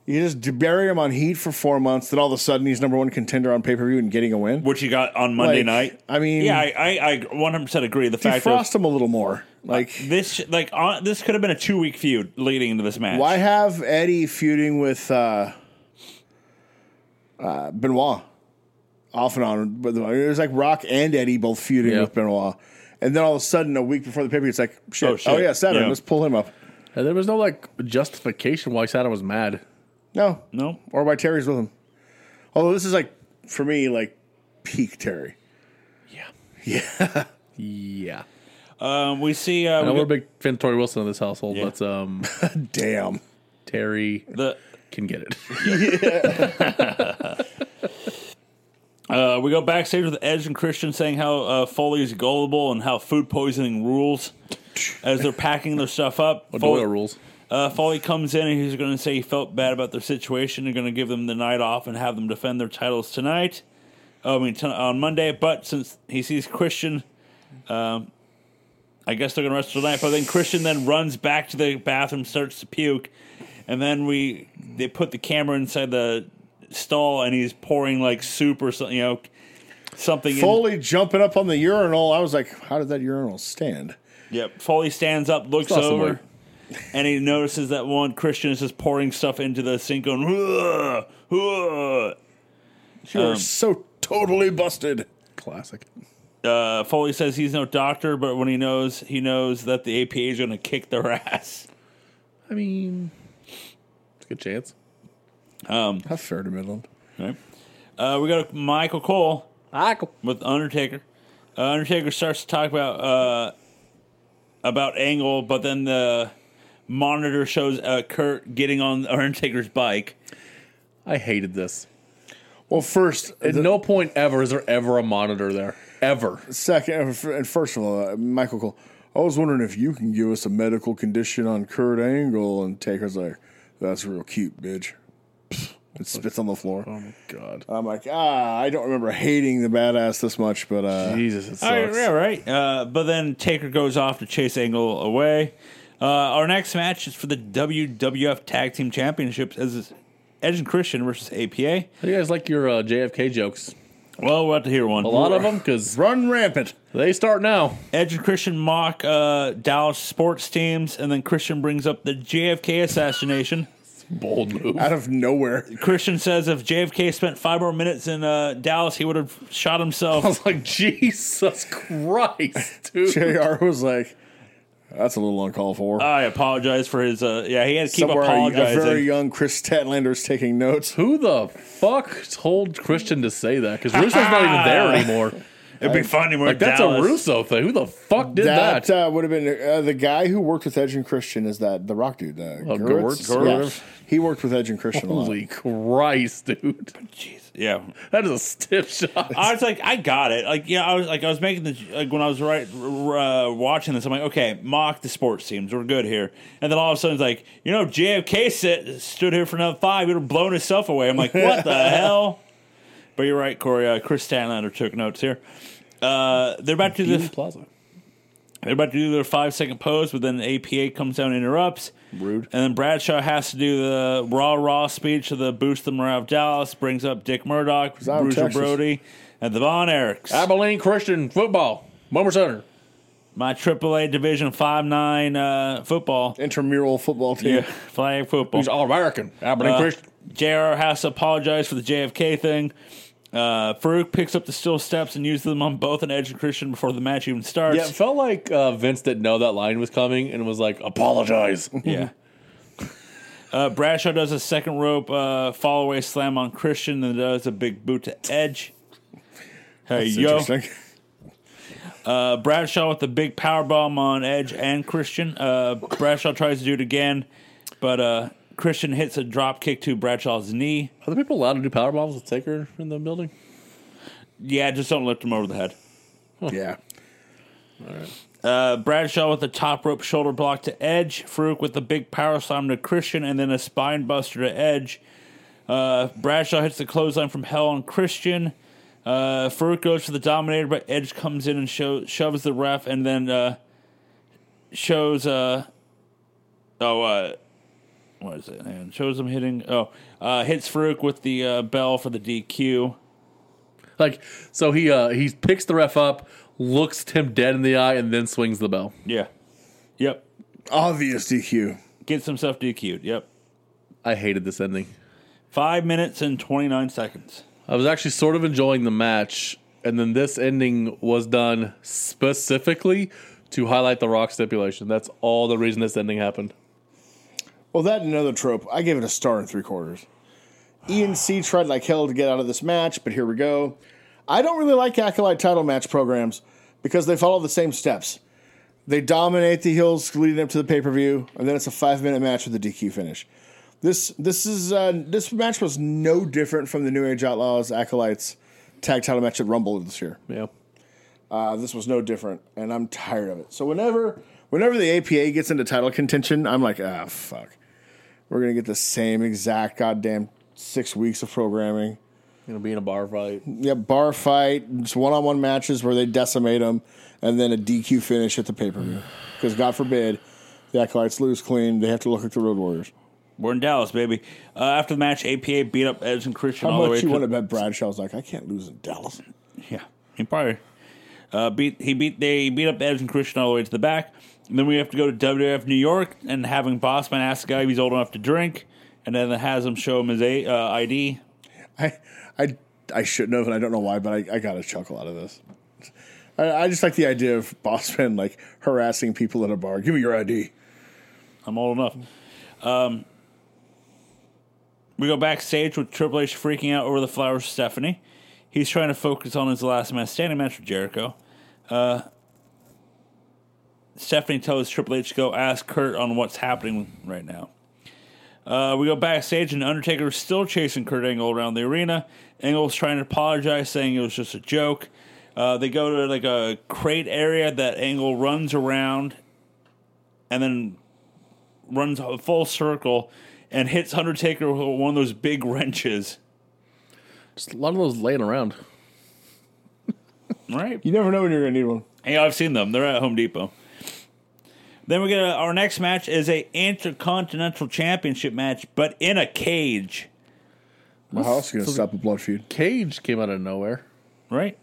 S2: you just d- bury him on heat for four months, then all of a sudden he's number one contender on pay per view and getting a win.
S1: What you got on Monday
S2: Like,
S1: night?
S2: I mean-
S1: yeah, I I one hundred percent agree. The fact is,
S2: Defrost him a little more. Like,
S1: this like on, this could have been a two week feud leading into this match.
S2: Uh, why have Eddie feuding with uh, uh, Benoit off and on? But uh, It was like Rock and Eddie both feuding
S3: Yeah.
S2: with Benoit. And then all of a sudden, a week before the pay per view, it's like, shit.
S1: Oh,
S2: Oh,
S1: shit.
S2: yeah, Saturn,
S1: Yeah.
S2: let's pull him up.
S3: And there was no like justification why Saturn was mad.
S2: No,
S1: No,
S2: or by Terry's with him. Although this is like for me like peak Terry.
S3: Yeah.
S1: um, we see uh,
S3: And
S1: we
S3: we're a
S1: got
S3: big fan of Tori Wilson in this household,
S1: Yeah.
S3: but um,
S2: Damn.
S3: Terry
S1: the
S3: can get it.
S1: Uh, we go backstage with Edge and Christian saying how uh, Foley is gullible and how food poisoning rules as they're packing their stuff up.
S3: Doyle
S1: Foley,
S3: rules.
S1: uh, Foley comes in and he's going to say he felt bad about their situation. They're going to give them the night off and have them defend their titles tonight. I mean, ton- on Monday. But since he sees Christian, um, I guess they're going to wrestle tonight. But then Christian then runs back to the bathroom, starts to puke, and then we they put the camera inside the stall, and he's pouring like soup or something, you know, something. in-
S2: Foley jumping up on the urinal. I was like, how did that urinal stand?
S1: Yep. Foley stands up, looks
S3: Lost some
S1: over, and he notices that one Christian is just pouring stuff into the sink, going, "Ugh, ugh."
S2: You are so totally busted.
S3: Classic.
S1: uh, Foley says he's no doctor, but when he knows, he knows that the APA is going to kick their ass.
S3: I mean, it's a good chance.
S2: How fair to Midland.
S1: Right? Uh, we got Michael Cole
S3: Michael.
S1: with Undertaker. Uh, Undertaker starts to talk about uh, about Angle, but then the monitor shows uh, Kurt getting on Undertaker's bike.
S3: I hated this.
S2: Well, first,
S3: At
S2: the
S3: no point ever is there ever a monitor there. Ever.
S2: second, and first of all, uh, Michael Cole, I was wondering if you can give us a medical condition on Kurt Angle. And Taker's like, that's real cute, bitch. Pfft, And spits on the floor.
S3: Oh my god.
S2: I'm like, ah, I don't remember hating the badass this much, but uh,
S3: Jesus, it sucks.
S1: All right, yeah, right. Uh, but then Taker goes off to chase Angle away. Uh, our next match is for the WWF Tag Team Championships as it's Edge and Christian versus APA.
S3: How do you guys like your uh, JFK jokes?
S1: Well, we'll have to hear one.
S3: A lot of them, because
S2: run rampant.
S3: they start now.
S1: Edge and Christian mock uh, Dallas sports teams, and then Christian brings up the JFK assassination.
S3: Bold move.
S2: out of nowhere.
S1: Christian says if JFK spent five more minutes in uh, Dallas, he would have shot himself.
S3: I was like, Jesus Christ, dude.
S2: JR was like, that's a little uncalled for.
S1: I apologize for his. Uh, yeah, he had to Uh, keep
S2: Somewhere a- a
S1: apologizing.
S2: very young Chris Statlander's taking notes.
S3: Who the fuck told Christian to say that? Because Russo's not even there anymore.
S1: It'd be funny. We're
S3: Like that's
S1: Dallas.
S3: a Russo thing. Who the fuck did that?
S2: That, uh, would have been uh, the guy who worked with Edge and Christian is that the rock dude. Uh,
S1: Oh,
S2: Gerwitz?
S3: Gerwitz?
S2: Yeah.
S3: Gerwitz.
S2: He worked with Edge and Christian a lot.
S3: Holy Christ, dude.
S1: Jeez, yeah,
S3: That is a stiff shot.
S1: I was like, I got it. Like, yeah, I was like, I was making the like when I was right uh, watching this. I'm like, okay, mock the sports teams. We're good here. And then all of a sudden, it's like, you know, JFK sit, stood here for another five. He would have blown himself away. I'm like, what the hell? But you're right, Corey. Uh, Chris Stanlander took notes here. Uh, they're about to do
S3: Eden
S1: this.
S3: Plaza.
S1: They're about to do their five second pose, but then APA comes down and interrupts.
S3: Rude.
S1: And then Bradshaw has to do the raw raw speech to the boost the morale of Dallas. Brings up Dick Murdoch,
S2: out of
S1: Bruiser
S2: Texas.
S1: Brody, and the Von Erichs.
S3: Abilene Christian football. Bummer Center.
S1: my AAA Division Five Nine uh, football,
S2: Intramural football team.
S1: yeah, flag football.
S3: He's all American. Abilene
S1: Uh,
S3: Christian.
S1: JR has to apologize for the JFK thing. Uh, Farouk picks up the steel steps and uses them on both an Edge and Christian before the match even starts.
S3: Yeah, it felt like uh, Vince didn't know that line was coming and was like, apologize.
S1: Yeah. Uh, Bradshaw does a second rope uh, fall away slam on Christian and does a big boot to Edge. Hey,
S2: It's
S1: yo.
S2: interesting.
S1: Uh, Bradshaw with the big power bomb on Edge and Christian. Uh, Bradshaw tries to do it again, but uh, Christian hits a drop kick to Bradshaw's knee.
S3: Are the people allowed to do power bombs with Taker in the building?
S1: Yeah, just don't lift him over the head.
S2: yeah.
S1: Uh, Bradshaw with the top rope shoulder block to Edge. Farouk with the big power slam to Christian, and then a spine buster to Edge. Uh, Bradshaw hits the clothesline from Hell on Christian. Uh, Farouk goes for the Dominator, but Edge comes in and sho- shoves the ref, and then uh, shows. Uh, oh, uh, what is it? Hang on. Shows him hitting. Oh, uh, hits Farouk with the uh, bell for the DQ.
S3: Like so, he uh, he picks the ref up, looks him dead in the eye, and then swings the bell.
S1: Yeah. Yep.
S2: Obvious DQ.
S1: Gets himself DQ'd. Yep.
S3: I hated this ending.
S1: Five minutes and 29 seconds.
S3: I was actually sort of enjoying the match, and then this ending was done specifically to highlight the Rock stipulation. That's all the reason this ending happened.
S2: Well, that and another trope. I gave it a star and three quarters. ENC tried like hell to get out of this match, but here we go. I don't really like acolyte title match programs because they follow the same steps. They dominate the hills leading up to the pay per view, and then it's a five minute match with a DQ finish. This this is uh, this match was no different from the New Age Outlaws acolytes tag title match at Rumble this year.
S3: Yeah.
S2: Uh, this was no different, and I'm tired of it. So whenever whenever the APA gets into title contention, I'm like, ah, fuck. We're gonna get the same exact goddamn six weeks of programming.
S3: Gonna be in a bar fight.
S2: Yeah, bar fight, just one on one matches where they decimate them, and then a DQ finish at the pay per view. Because God forbid the acolytes lose clean, they have to look like the Road Warriors.
S1: We're in Dallas, baby. Uh, after the match, APA beat up Edge and Christian
S2: How
S1: all the way
S2: much you
S1: to
S2: want to bet Bradshaw's like, I can't lose in Dallas.
S1: Yeah, he probably uh, beat he beat they beat up Edge and Christian all the way to the back. And then we have to go to WWF New York and having Bossman ask the guy if he's old enough to drink, and then has him show him his a, uh, ID.
S2: I I I shouldn't have, and I don't know why, but I, I got a chuckle out of this. I, I just like the idea of Bossman like harassing people at a bar. Give me your ID.
S1: I'm old enough. Um, we go backstage with Triple H freaking out over the flowers to Stephanie. He's trying to focus on his last man standing match with Jericho. Uh, Stephanie tells Triple H to go ask Kurt on what's happening right now. Uh, we go backstage, and Undertaker is still chasing Kurt Angle around the arena. Angle's trying to apologize, saying it was just a joke. Uh, they go to like a crate area that Angle runs around, and then runs a full circle and hits Undertaker with one of those big wrenches.
S3: Just a lot of those laying around.
S1: Right?
S2: You never know when you're gonna need one.
S1: Hey, I've seen them. They're at Home Depot. Then we get a, our next match is a intercontinental championship match, but in a cage.
S2: My house gonna stop a blood feud.
S3: Cage came out of nowhere.
S1: Right?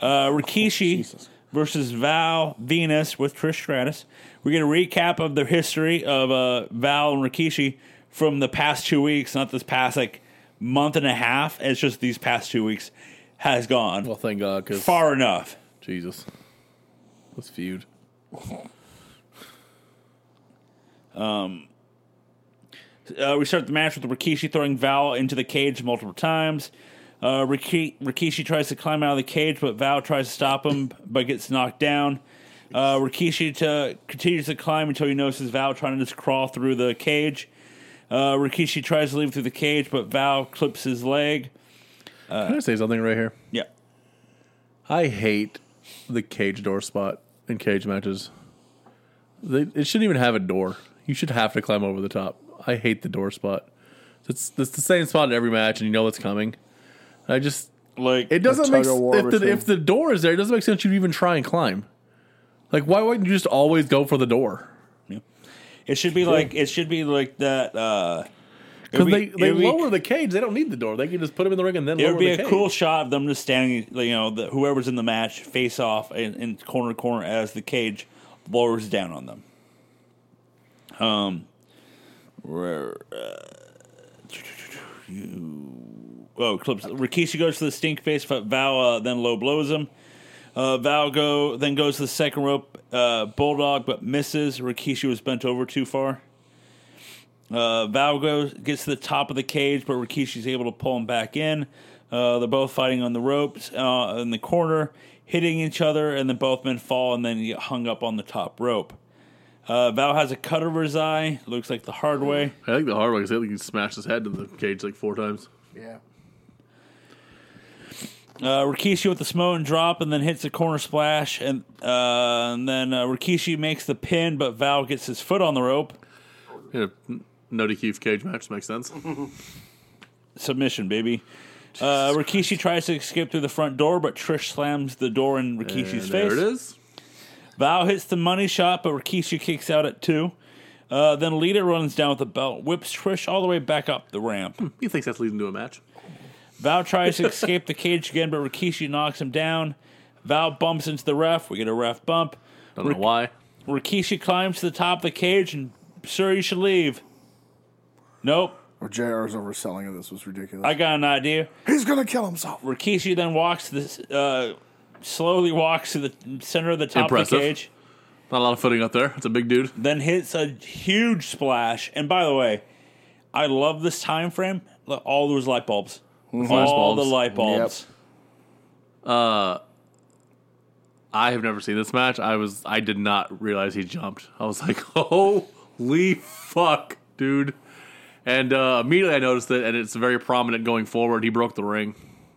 S1: Uh, Rikishi
S2: Jesus.
S1: versus Val Venus with Trish Stratus. We get a recap of the history of uh, Val and Rikishi from the past two weeks, not this past like month and a half. It's just these past two weeks has gone.
S3: Well, thank God, because
S1: far enough.
S3: Jesus, this feud.
S1: Uh, we start the match with Rikishi throwing Val into the cage multiple times. Uh, Riki- Rikishi tries to climb out of the cage, but Val tries to stop him, but gets knocked down. Uh, Rikishi to, continues to climb until he notices Val trying to just crawl through the cage. Uh, Rikishi tries to leave through the cage, but Val clips his leg.
S3: Can I say something right here?
S1: Yeah.
S3: I hate the cage door spot in cage matches. They, it shouldn't even have a door. You should have to climb over the top. I hate the door spot. It's it's the same spot in every match, and you know it's coming. I just
S1: Like,
S3: it doesn't make
S2: tug-of-war
S3: sense if the,
S2: between-
S3: if the door is there. It doesn't make sense you even try and climb. Like why wouldn't you just always go for the door?
S1: it should be like, it should be like that. Uh, it
S3: Because
S1: would
S3: they,
S1: be-
S3: they
S1: it would be-
S3: lower the cage. They don't need the door. They can just put him in the ring and then
S1: It
S3: lower
S1: would be
S3: the
S1: a
S3: cage.
S1: cool shot of them just standing, you know, the, whoever's in the match face off in, in corner to corner as the cage lowers down on them. Um, where uh, you oh clips Rikishi goes to the stink face, but Val uh, then low blows him. Uh, Val go then goes to the second rope uh, bulldog, but misses. Rikishi was bent over too far. Uh, Val goes, gets to the top of the cage, but Rikishi's able to pull him back in. Uh, they're both fighting on the ropes uh, in the corner, hitting each other, and then both men fall and then get hung up on the top rope. Uh, Val has a cut over his eye, looks like the hard way.
S3: I think the hard way is I think he smashed his head to the cage like four times.
S2: Yeah.
S1: Uh, Rikishi with the Samoan drop and then hits the corner splash. And, uh, and then uh, Rikishi makes the pin, but Val gets his foot on the rope.
S3: Yeah, no DQ cage match makes sense.
S1: Submission, baby. Uh, Rikishi tries to escape through the front door, but Trish slams the door in Rikishi's
S3: And
S1: face.
S3: there it is.
S1: Val hits the money shot, but Rikishi kicks out at two. Uh, then Lita runs down with the belt, whips Trish all the way back up the ramp.
S3: He thinks that's leading to a match.
S1: Val tries to escape the cage again, but Rikishi knocks him down. Val bumps into the ref. We get a ref bump.
S3: Don't know why.
S1: Rikishi climbs to the top of the cage and, sir, you should leave. Nope,
S2: Or JR's Oh, overselling of this was ridiculous.
S1: I got an idea.
S2: He's gonna kill himself.
S1: Rikishi then walks this, uh, slowly walks to the center of the top
S3: Impressive.
S1: of the cage.
S3: Not a lot of footing up there. It's a big dude.
S1: then hits a huge splash. And by the way, I love this time frame. Look, All those light bulbs, all
S3: bulbs.
S1: the light bulbs.
S3: I have never seen this match. I was I did not realize he jumped. I was like, holy fuck, dude. And uh, immediately I noticed it, and it's very prominent going forward. He broke the ring.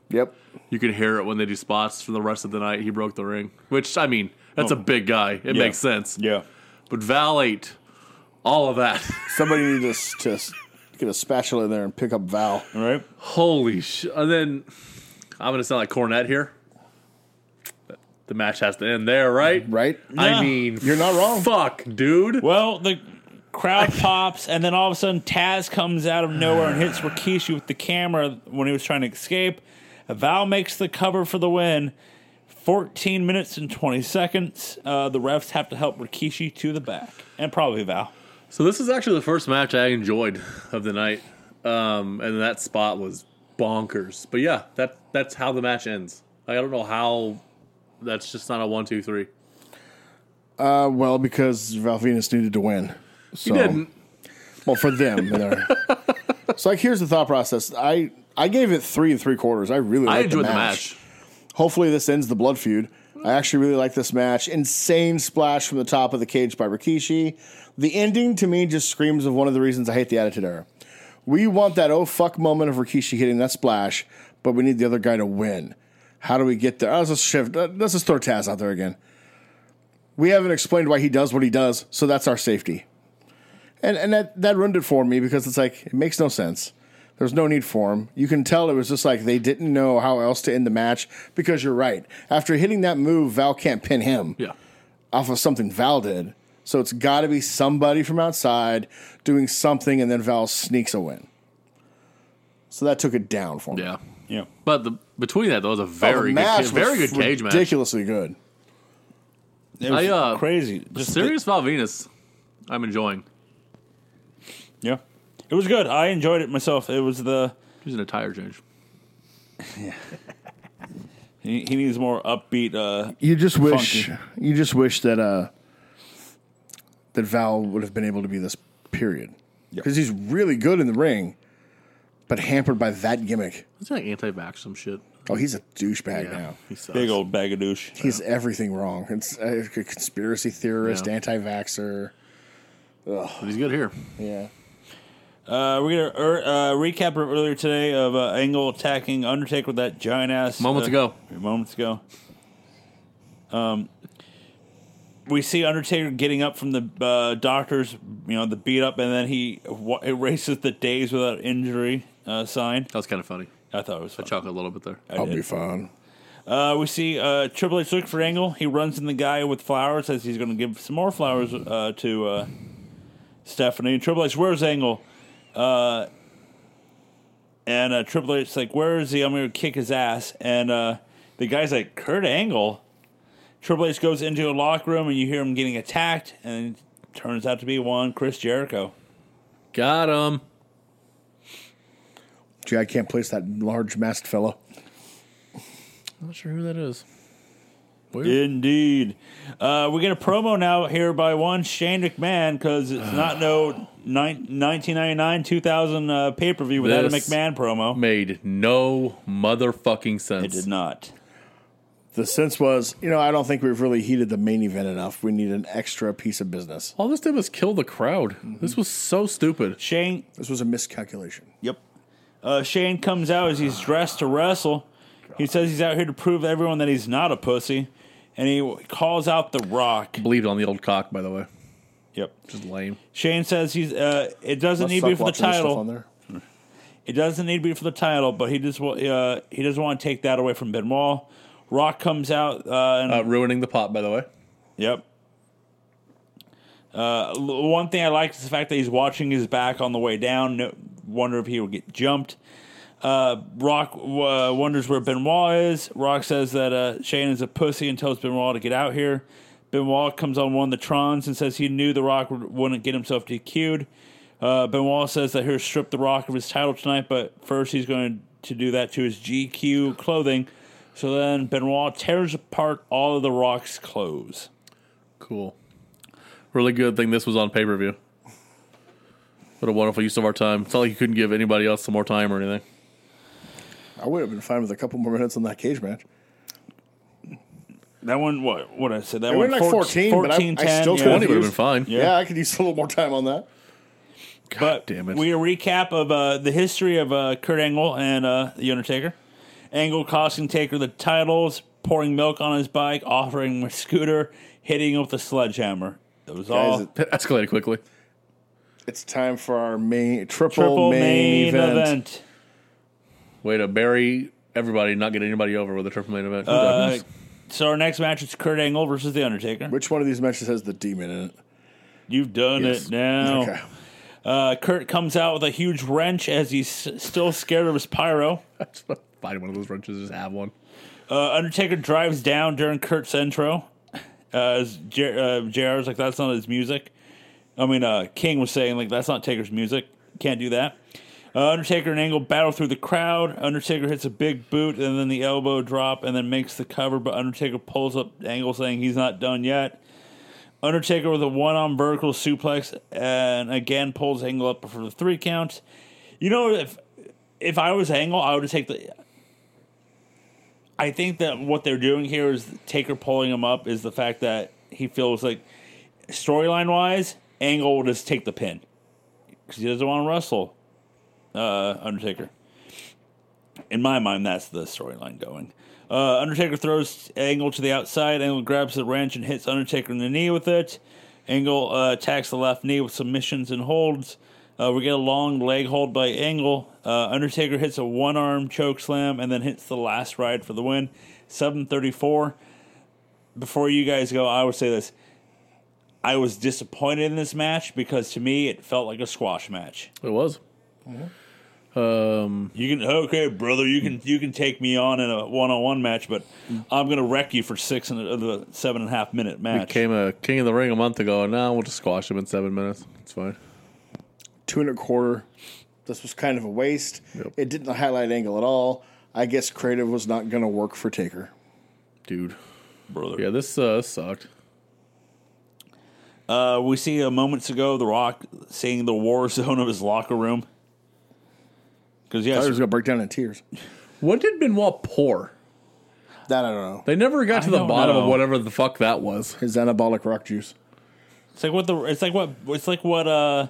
S2: Yep.
S3: You can hear it when they do spots for the rest of the night. He broke the ring, which I mean, that's a big guy. It makes sense.
S1: Yeah,
S3: But Val ate all of that.
S2: Somebody need to, s- to s- get a spatula in there and pick up Val.
S1: all right.
S3: Holy sh! And then I'm gonna sound like Cornette here. The match has to end there, right?
S2: Right?
S1: No.
S3: I mean,
S2: You're not wrong.
S3: Fuck, dude.
S1: Well, the crowd pops, and then all of a sudden Taz comes out of nowhere and hits Rikishi with the camera when he was trying to escape. Val makes the cover for the win. 14 minutes and 20 seconds. Uh, the refs have to help Rikishi to the back, and probably Val.
S3: So this is actually the first match I enjoyed of the night, um, and that spot was bonkers. But yeah, that that's how the match ends. Like, I don't know how. That's just not a one, two, three.
S2: Uh, well, because Val Venus needed to win. So,
S3: He didn't.
S2: Well, for them. they're- so, like, here's the thought process. I I gave it three and three quarters. I really
S3: I
S2: liked
S3: enjoyed
S2: the match. Hopefully, this ends the blood feud. I actually really like this match. Insane splash from the top of the cage by Rikishi. The ending to me just screams of one of the reasons I hate the Attitude Era. We want that oh fuck moment of Rikishi hitting that splash, but we need the other guy to win. How do we get there? Oh, let's just shift. uh, Let's just throw Taz out there again. We haven't explained why he does what he does, so that's our safety. And and that that ruined it for me because it's like it makes no sense. There's no need for him. You can tell it was just like they didn't know how else to end the match because you're right. After hitting that move, Val can't pin him
S3: Yeah.
S2: off of something Val did. So it's got to be somebody from outside doing something, and then Val sneaks a win. So that took it down for me.
S3: Yeah.
S1: Yeah.
S3: But the, between that, that was a
S2: Oh, the
S3: very good,
S2: match
S3: ca- very
S2: was
S3: good cage match.
S2: ridiculously good.
S1: It was
S3: I, uh,
S1: crazy. Just the-
S3: Serious Val Venus, I'm enjoying.
S1: Yeah. It was good. I enjoyed it myself. It was the
S3: He's in a tire change.
S1: he, he needs more upbeat uh
S2: You just wish
S1: Funky.
S2: you just wish that uh that Val would have been able to be this period because he's really good in the ring, but hampered by that gimmick.
S3: Isn't like anti-vax some shit?
S2: Oh, he's a douchebag now.
S3: he sucks.
S1: big old bag of douche.
S2: He's everything wrong. It's a conspiracy theorist,
S3: Yeah.
S2: anti-vaxer.
S3: But he's good here.
S2: Yeah,
S1: Uh we're gonna er, uh recap of earlier today of uh, Angle attacking Undertaker with that giant ass
S3: Moments
S1: uh,
S3: ago.
S1: Moments ago. Um we see Undertaker getting up from the uh, doctors, you know, the beat up, and then he w- erases the days without injury uh, sign.
S3: That was kind of funny.
S1: I thought it was
S3: I
S1: funny.
S3: chuckled a little bit there.
S2: I'll be fine.
S1: Uh, we see uh, Triple H look for Angle. He runs in the guy with flowers, says he's going to give some more flowers uh, to uh, Stephanie. Triple H, where's Angle? Uh, and uh, Triple H's like, where is he? I'm going to kick his ass. And uh, the guy's like, Kurt Angle. Triple H goes into a locker room, and you hear him getting attacked, and it turns out to be one Chris Jericho.
S3: Got him.
S2: Gee, I can't place that large masked fellow.
S3: Not sure who that is.
S1: Indeed. Uh, we get a promo now here by one Shane McMahon because
S2: Ah.
S1: it's not no nine- 1999 2000 uh, pay per view without
S3: This-
S1: a McMahon promo.
S3: Made no motherfucking sense.
S1: It did not.
S2: The sense was, you know, I don't think we've really heated the main event enough. We need an extra piece of business.
S3: All this did was kill the crowd. This was so stupid.
S1: Shane.
S2: This was a miscalculation.
S1: Yep. Uh, Shane comes out as he's dressed to wrestle. He says he's out here to prove everyone that he's not a pussy, and he calls out The Rock.
S3: Believed on the old cock, by the way.
S1: Yep.
S3: Just lame.
S1: Shane says he's. Uh, it doesn't
S2: Must
S1: need to be for
S2: suck
S1: the
S2: watching this stuff
S1: title.
S2: on there.
S1: It doesn't need to be for the title, but he just wa- uh, he doesn't want to take that away from Benoit. Rock comes out uh, and
S3: Uh, ruining the pop, by the way.
S1: yep. Uh, l- one thing I like is the fact that he's watching his back on the way down. No, wonder if he will get jumped. Uh, Rock uh, wonders where Benoit is. Rock says that uh, Shane is a pussy and tells Benoit to get out here. Benoit comes on one of the Trons and says he knew The Rock would- wouldn't get himself DQ'd. Uh, Benoit says that he'll strip The Rock of his title tonight, but first he's going to do that to his GQ clothing. So then Benoit tears apart all of The Rock's clothes.
S3: Cool. Really good thing this was on pay per view. What a wonderful use of our time. It's not like you couldn't give anybody else some more time or anything.
S2: I would have been fine with a couple more minutes on that cage match.
S1: That one, what? What I said? That
S2: It
S1: one,
S2: went like 14, but I- I
S1: 10,
S2: still
S1: yeah.
S3: 20 would have been
S2: Use-
S3: fine.
S1: Yeah.
S2: Yeah. I could use a little more time on that.
S1: But
S3: damn it.
S1: we a recap of uh, the history of uh, Kurt Angle and uh, The Undertaker. Angle costing Taker the titles, pouring milk on his bike, offering him a scooter, hitting him with a sledgehammer. That was all.
S2: Guys, it-
S3: That escalated quickly.
S2: it's time for our main triple,
S1: Triple
S2: main, event.
S3: Way to bury everybody, not get anybody over with a triple main event.
S1: Uh, so our next match is Kurt Angle versus The Undertaker.
S2: Which one of these matches has the demon in it?
S1: You've done
S2: Yes.
S1: it now.
S2: Okay.
S1: Uh, Kurt comes out with a huge wrench as he's s- still scared of his pyro.
S3: Find one of those wrenches, just have one.
S1: Uh, Undertaker drives down during Kurt's intro. Uh, as Jer- uh, JR's like, that's not his music. I mean, uh, King was saying, like, that's not Taker's music. Can't do that. Uh, Undertaker and Angle battle through the crowd. Undertaker hits a big boot and then the elbow drop and then makes the cover, but Undertaker pulls up Angle saying he's not done yet. Undertaker with a one on vertical suplex and again pulls Angle up for the three count. You know, if if I was Angle, I would take the I think that what they're doing here is Taker pulling him up is the fact that he feels like storyline wise, Angle will just take the pin because he doesn't want to wrestle uh, Undertaker. In my mind, that's the storyline going. Uh, Undertaker throws Angle to the outside. Angle grabs the wrench and hits Undertaker in the knee with it. Angle uh, attacks the left knee with submissions and holds. Uh, we get a long leg hold by Angle. Uh, Undertaker hits a one arm choke slam and then hits the last ride for the win. 734. Before you guys go, I would say this. I was disappointed in this match because to me it felt like a squash match.
S3: It was.
S1: You can okay, brother. You can you can take me on in a one on one match, but I'm gonna wreck you for six and of the seven and a half minute match.
S3: Came a king of the ring a month ago, and now we'll just squash him in seven minutes. It's fine.
S2: Two and a quarter. This was kind of a waste. It didn't highlight angle at all. I guess creative was not going to work for Taker.
S3: Dude.
S1: brother.
S3: Yeah, this uh, sucked.
S1: Uh, we see uh, moments ago The Rock seeing the war zone of his locker room. Because
S2: I
S1: yes,
S2: was going to break down in tears.
S3: What did Benoit pour?
S2: That I don't know.
S3: They never got to the
S1: don't
S3: bottom
S1: know.
S3: of whatever the fuck that was.
S2: His anabolic rock juice.
S1: it's like what the it's like what it's like what uh,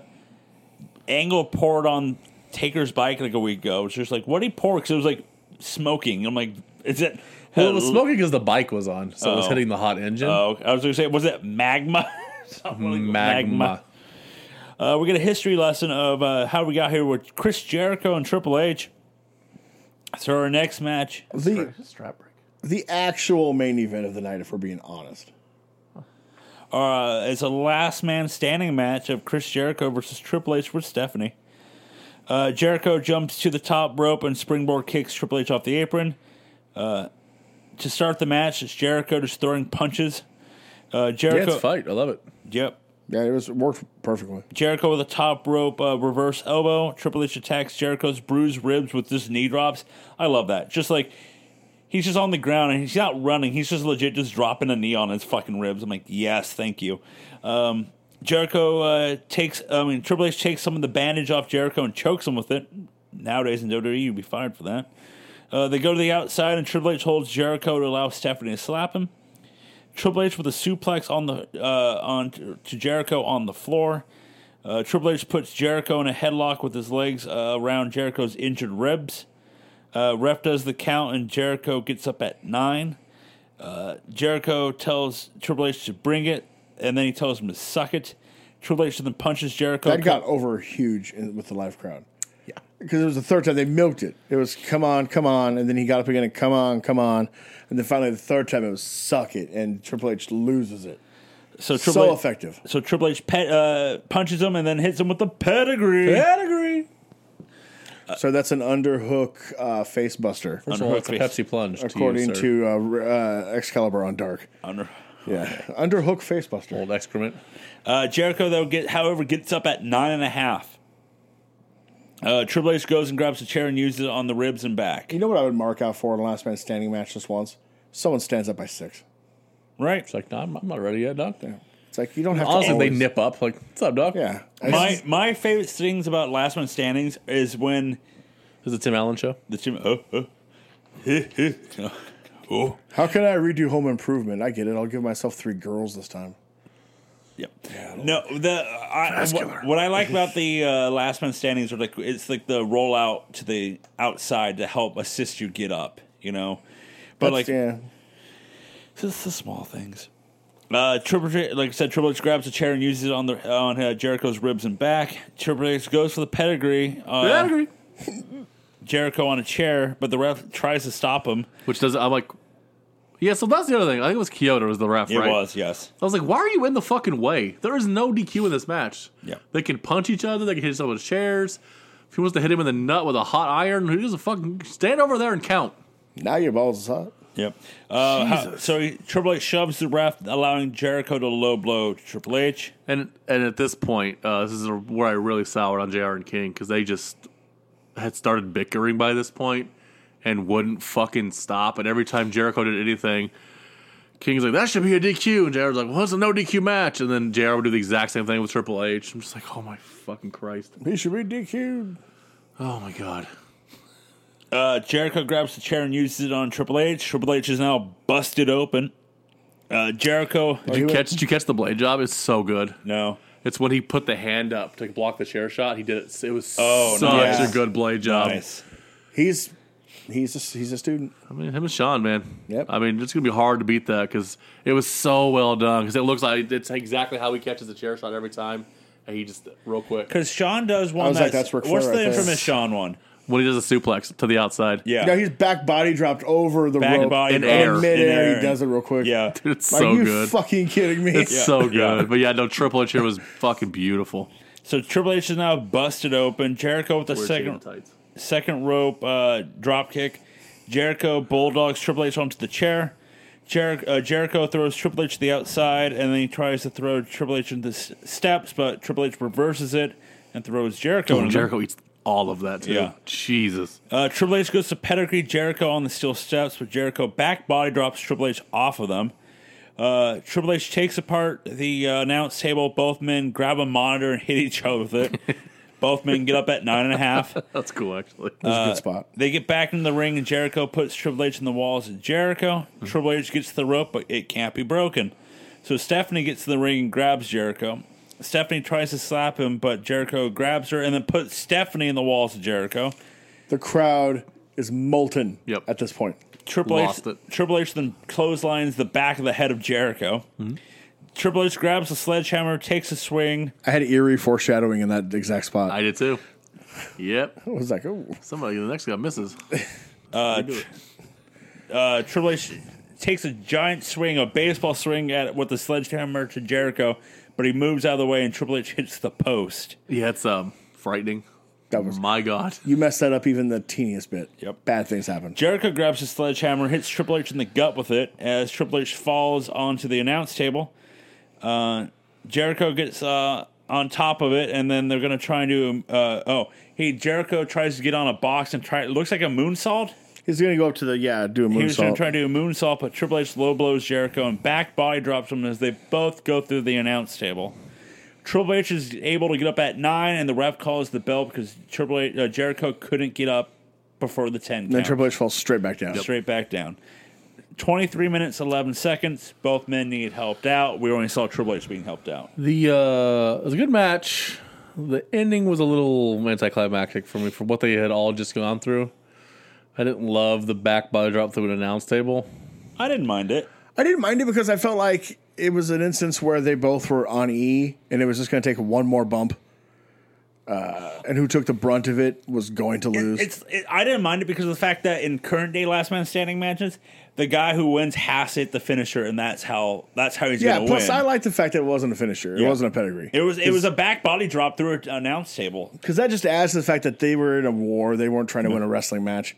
S1: Angle poured on Taker's bike like a week ago. It's just like what he poured 'cause it was like smoking. I'm like, is it?
S3: Well, it was smoking because the bike was on, so it was
S1: Oh.
S3: hitting the hot engine.
S1: Oh, I was gonna say, was it magma? Something like
S3: Magma.
S1: Uh, we get a history lesson of uh, how we got here with Chris Jericho and Triple H. So our next match,
S2: The,
S3: Strap break.
S2: the actual main event of the night, if we're being honest.
S1: uh, is a last man standing match of Chris Jericho versus Triple H with Stephanie. Uh, Jericho jumps to the top rope and springboard kicks Triple H off the apron. Uh, to start the match, it's Jericho just throwing punches. Uh,
S3: Yeah,
S1: Jericho,
S3: it's a fight. I love it.
S1: yep.
S2: Yeah, it was worked perfectly.
S1: Jericho with a top rope uh, reverse elbow. Triple H attacks Jericho's bruised ribs with just knee drops. I love that. Just like he's just on the ground and he's not running. He's just legit just dropping a knee on his fucking ribs. I'm like, yes, thank you. Um, Jericho uh, takes. I mean, Triple H takes some of the bandage off Jericho and chokes him with it. Nowadays in WWE, you'd be fired for that. Uh, they go to the outside and Triple H holds Jericho to allow Stephanie to slap him. Triple H with a suplex on the uh, on to Jericho on the floor. Uh, Triple H puts Jericho in a headlock with his legs uh, around Jericho's injured ribs. Uh, ref does the count, and Jericho gets up at nine. Uh, Jericho tells Triple H to bring it, and then he tells him to suck it. Triple H then punches Jericho.
S2: That got over huge in, with the live crowd. Yeah. Because it was the third time they milked it. It was come on, come on. And then he got up again and come on, come on. And then finally the third time it was suck it. And Triple H loses it.
S1: so
S2: so
S1: Triple H,
S2: effective.
S1: So Triple H pet, uh, punches him and then hits him with the pedigree.
S3: Pedigree.
S2: so that's an underhook uh, face buster,
S3: First of all,
S1: Underhook
S3: it's a
S1: face.
S3: Pepsi plunge.
S2: according
S3: you, sir.
S2: to uh, r- uh, Excalibur on Dark.
S1: Under-
S2: Yeah. underhook face buster.
S3: old excrement.
S1: Uh, Jericho, though, get, however, gets up at nine and a half. Uh, Triple H goes and grabs a chair and uses it on the ribs and back.
S2: You know what I would mark out for in a last man standing match just once? Someone stands up by six.
S1: Right?
S3: It's like, nah, I'm, I'm not ready yet, Doc.
S2: It's like you don't have
S3: Honestly,
S2: to.
S3: they
S2: always-
S3: nip up. Like, what's up, Doc?
S2: Yeah.
S1: My my favorite things about Last Man Standings is when
S3: This is the Tim Allen show.
S1: the team. Oh, oh, eh, eh, oh, oh.
S2: How can I redo home improvement? I get it. I'll give myself three girls this time.
S1: Yep. No, the I, what, what I like about the uh, last man standings are like it's like the rollout to the outside to help assist you get up. You know, but like
S2: That's- yeah.
S1: it's just the small things. Uh, Triple H, like I said, Triple H grabs a chair and uses it on the on uh, Jericho's ribs and back. Triple H goes for the pedigree. Uh, Jericho on a chair, but the ref tries to stop him.
S3: Which does, I'm like, yeah, so that's the other thing. I think it was Kyoto was the ref,
S1: It
S3: right?
S1: was yes.
S3: I was like, why are you in the fucking way? There is no DQ in this match.
S1: Yeah.
S3: They can punch each other. They can hit each other with chairs. If he wants to hit him in the nut with a hot iron, who doesn't fucking stand over there and count?
S2: Now your balls is hot.
S1: Yep. Uh, how- so he, Triple H shoves the ref, allowing Jericho to low blow Triple H.
S3: And and at this point, uh, this is where I really soured on Jr. and King because they just had started bickering by this point and wouldn't fucking stop. And every time Jericho did anything, King's like, "That should be a DQ," and Jr.'s like, "Well, it's a no DQ match." And then Jr. would do the exact same thing with Triple H. I'm just like, "Oh my fucking Christ!
S2: He should be DQ'd.
S3: Oh my God!"
S1: Uh, Jericho grabs the chair and uses it on Triple H. Triple H is now busted open. Uh, Jericho,
S3: Did you
S2: he
S3: catch? Did you catch the blade job? It's so good.
S1: no.
S3: It's when he put the hand up to block the chair shot. He did it. It was
S1: Oh,
S3: such
S2: nice.
S3: a good blade
S2: um,
S3: job.
S1: Nice.
S2: He's he's a, he's a student.
S3: I mean, him and Sean, man.
S2: Yep.
S3: I mean, it's gonna be hard to beat that because it was so well done. Because it looks like it's exactly how he catches the chair shot every time, and he just real quick
S1: Because Sean does one
S2: was
S1: that's,
S2: like, that's Ric Flair
S1: what's the
S2: right there.
S1: infamous Sean one?
S3: when he does a suplex to the outside.
S1: Yeah.
S2: Now he's back body dropped over the
S1: Back
S2: rope.
S1: body
S3: in
S1: drop.
S3: air.
S2: In midair,
S1: air.
S2: he does it real quick.
S1: Yeah.
S3: it's
S2: Are
S3: so
S2: you
S3: good.
S2: fucking kidding me?
S3: It's so good.
S1: yeah.
S3: But yeah, no, Triple H here was fucking beautiful.
S1: So Triple H is now busted open. Jericho with the second
S3: tights.
S1: second rope uh, drop kick. Jericho bulldogs Triple H onto the chair. Jer- uh, Jericho throws Triple H to the outside, and then he tries to throw Triple H into s- steps, but Triple H reverses it and throws Jericho. into them.
S3: Jericho eats all of that too.
S1: Yeah.
S3: Jesus.
S1: Uh, Triple H goes to pedigree Jericho on the steel steps, but Jericho back body drops Triple H off of them. Uh, Triple H takes apart the uh, announce table. Both men grab a monitor and hit each other with it. Both men get up at nine and a half.
S3: That's cool actually.
S2: It's
S1: Uh,
S2: a good spot.
S1: They get back in the ring, and Jericho puts Triple H in the walls. And Jericho, Triple H gets the rope, but it can't be broken. So Stephanie gets in the ring and grabs Jericho. Stephanie tries to slap him, but Jericho grabs her and then puts Stephanie in the walls of Jericho.
S2: The crowd is molten
S3: Yep.
S2: at this point.
S1: Triple
S3: Lost
S1: H
S3: it.
S1: Triple H then clotheslines the back of the head of Jericho. Triple H grabs the sledgehammer, takes a swing.
S2: I had eerie foreshadowing in that exact spot.
S3: I
S2: I,
S3: did too. Yep.
S2: was like, oh,
S3: Somebody the next guy misses.
S1: Uh, Triple H takes a giant swing, a baseball swing at with the sledgehammer to Jericho, but he moves out of the way and Triple H hits the post.
S3: Yeah, it's um frightening.
S2: That was-
S3: my God.
S2: you messed that up even the teeniest bit.
S1: Yep.
S2: Bad things happen.
S1: Jericho grabs his sledgehammer, hits Triple H in the gut with it as Triple H falls onto the announce table. Uh, Jericho gets uh, on top of it, and then they're going to try and do. Uh, oh, hey, Jericho tries to get on a box and try. It looks like a moonsault.
S2: He's gonna go up to the yeah, do a
S1: He was going
S2: moonsault.
S1: to try to do a moonsault, but Triple H low blows Jericho and back body drops him as they both go through the announce table. Triple H is able to get up at nine, and the ref calls the bell because Triple H, uh, Jericho couldn't get up before the ten.
S2: then
S1: count
S2: Triple H falls straight back down.
S1: straight back down. 23 minutes, 11 seconds. Both men need helped out. We only saw Triple H being helped out.
S3: The uh, it was a good match. The ending was a little anticlimactic for me for what they had all just gone through. I didn't love the back body drop through an announce table.
S1: I didn't mind it.
S2: I didn't mind it because I felt like it was an instance where they both were on E and it was just going to take one more bump. Uh, and who took the brunt of it was going to lose.
S1: It's it, I didn't mind it because of the fact that in current day last man standing matches, the guy who wins has to hit the finisher, and that's how that's how he's
S2: yeah,
S1: gonna
S2: plus
S1: win.
S2: I like the fact that it wasn't a finisher. It
S1: Yeah.
S2: wasn't a pedigree.
S1: it was it was a back body drop through an announce table.
S2: Because that just adds to the fact that they were in a war. They weren't trying to win a wrestling match.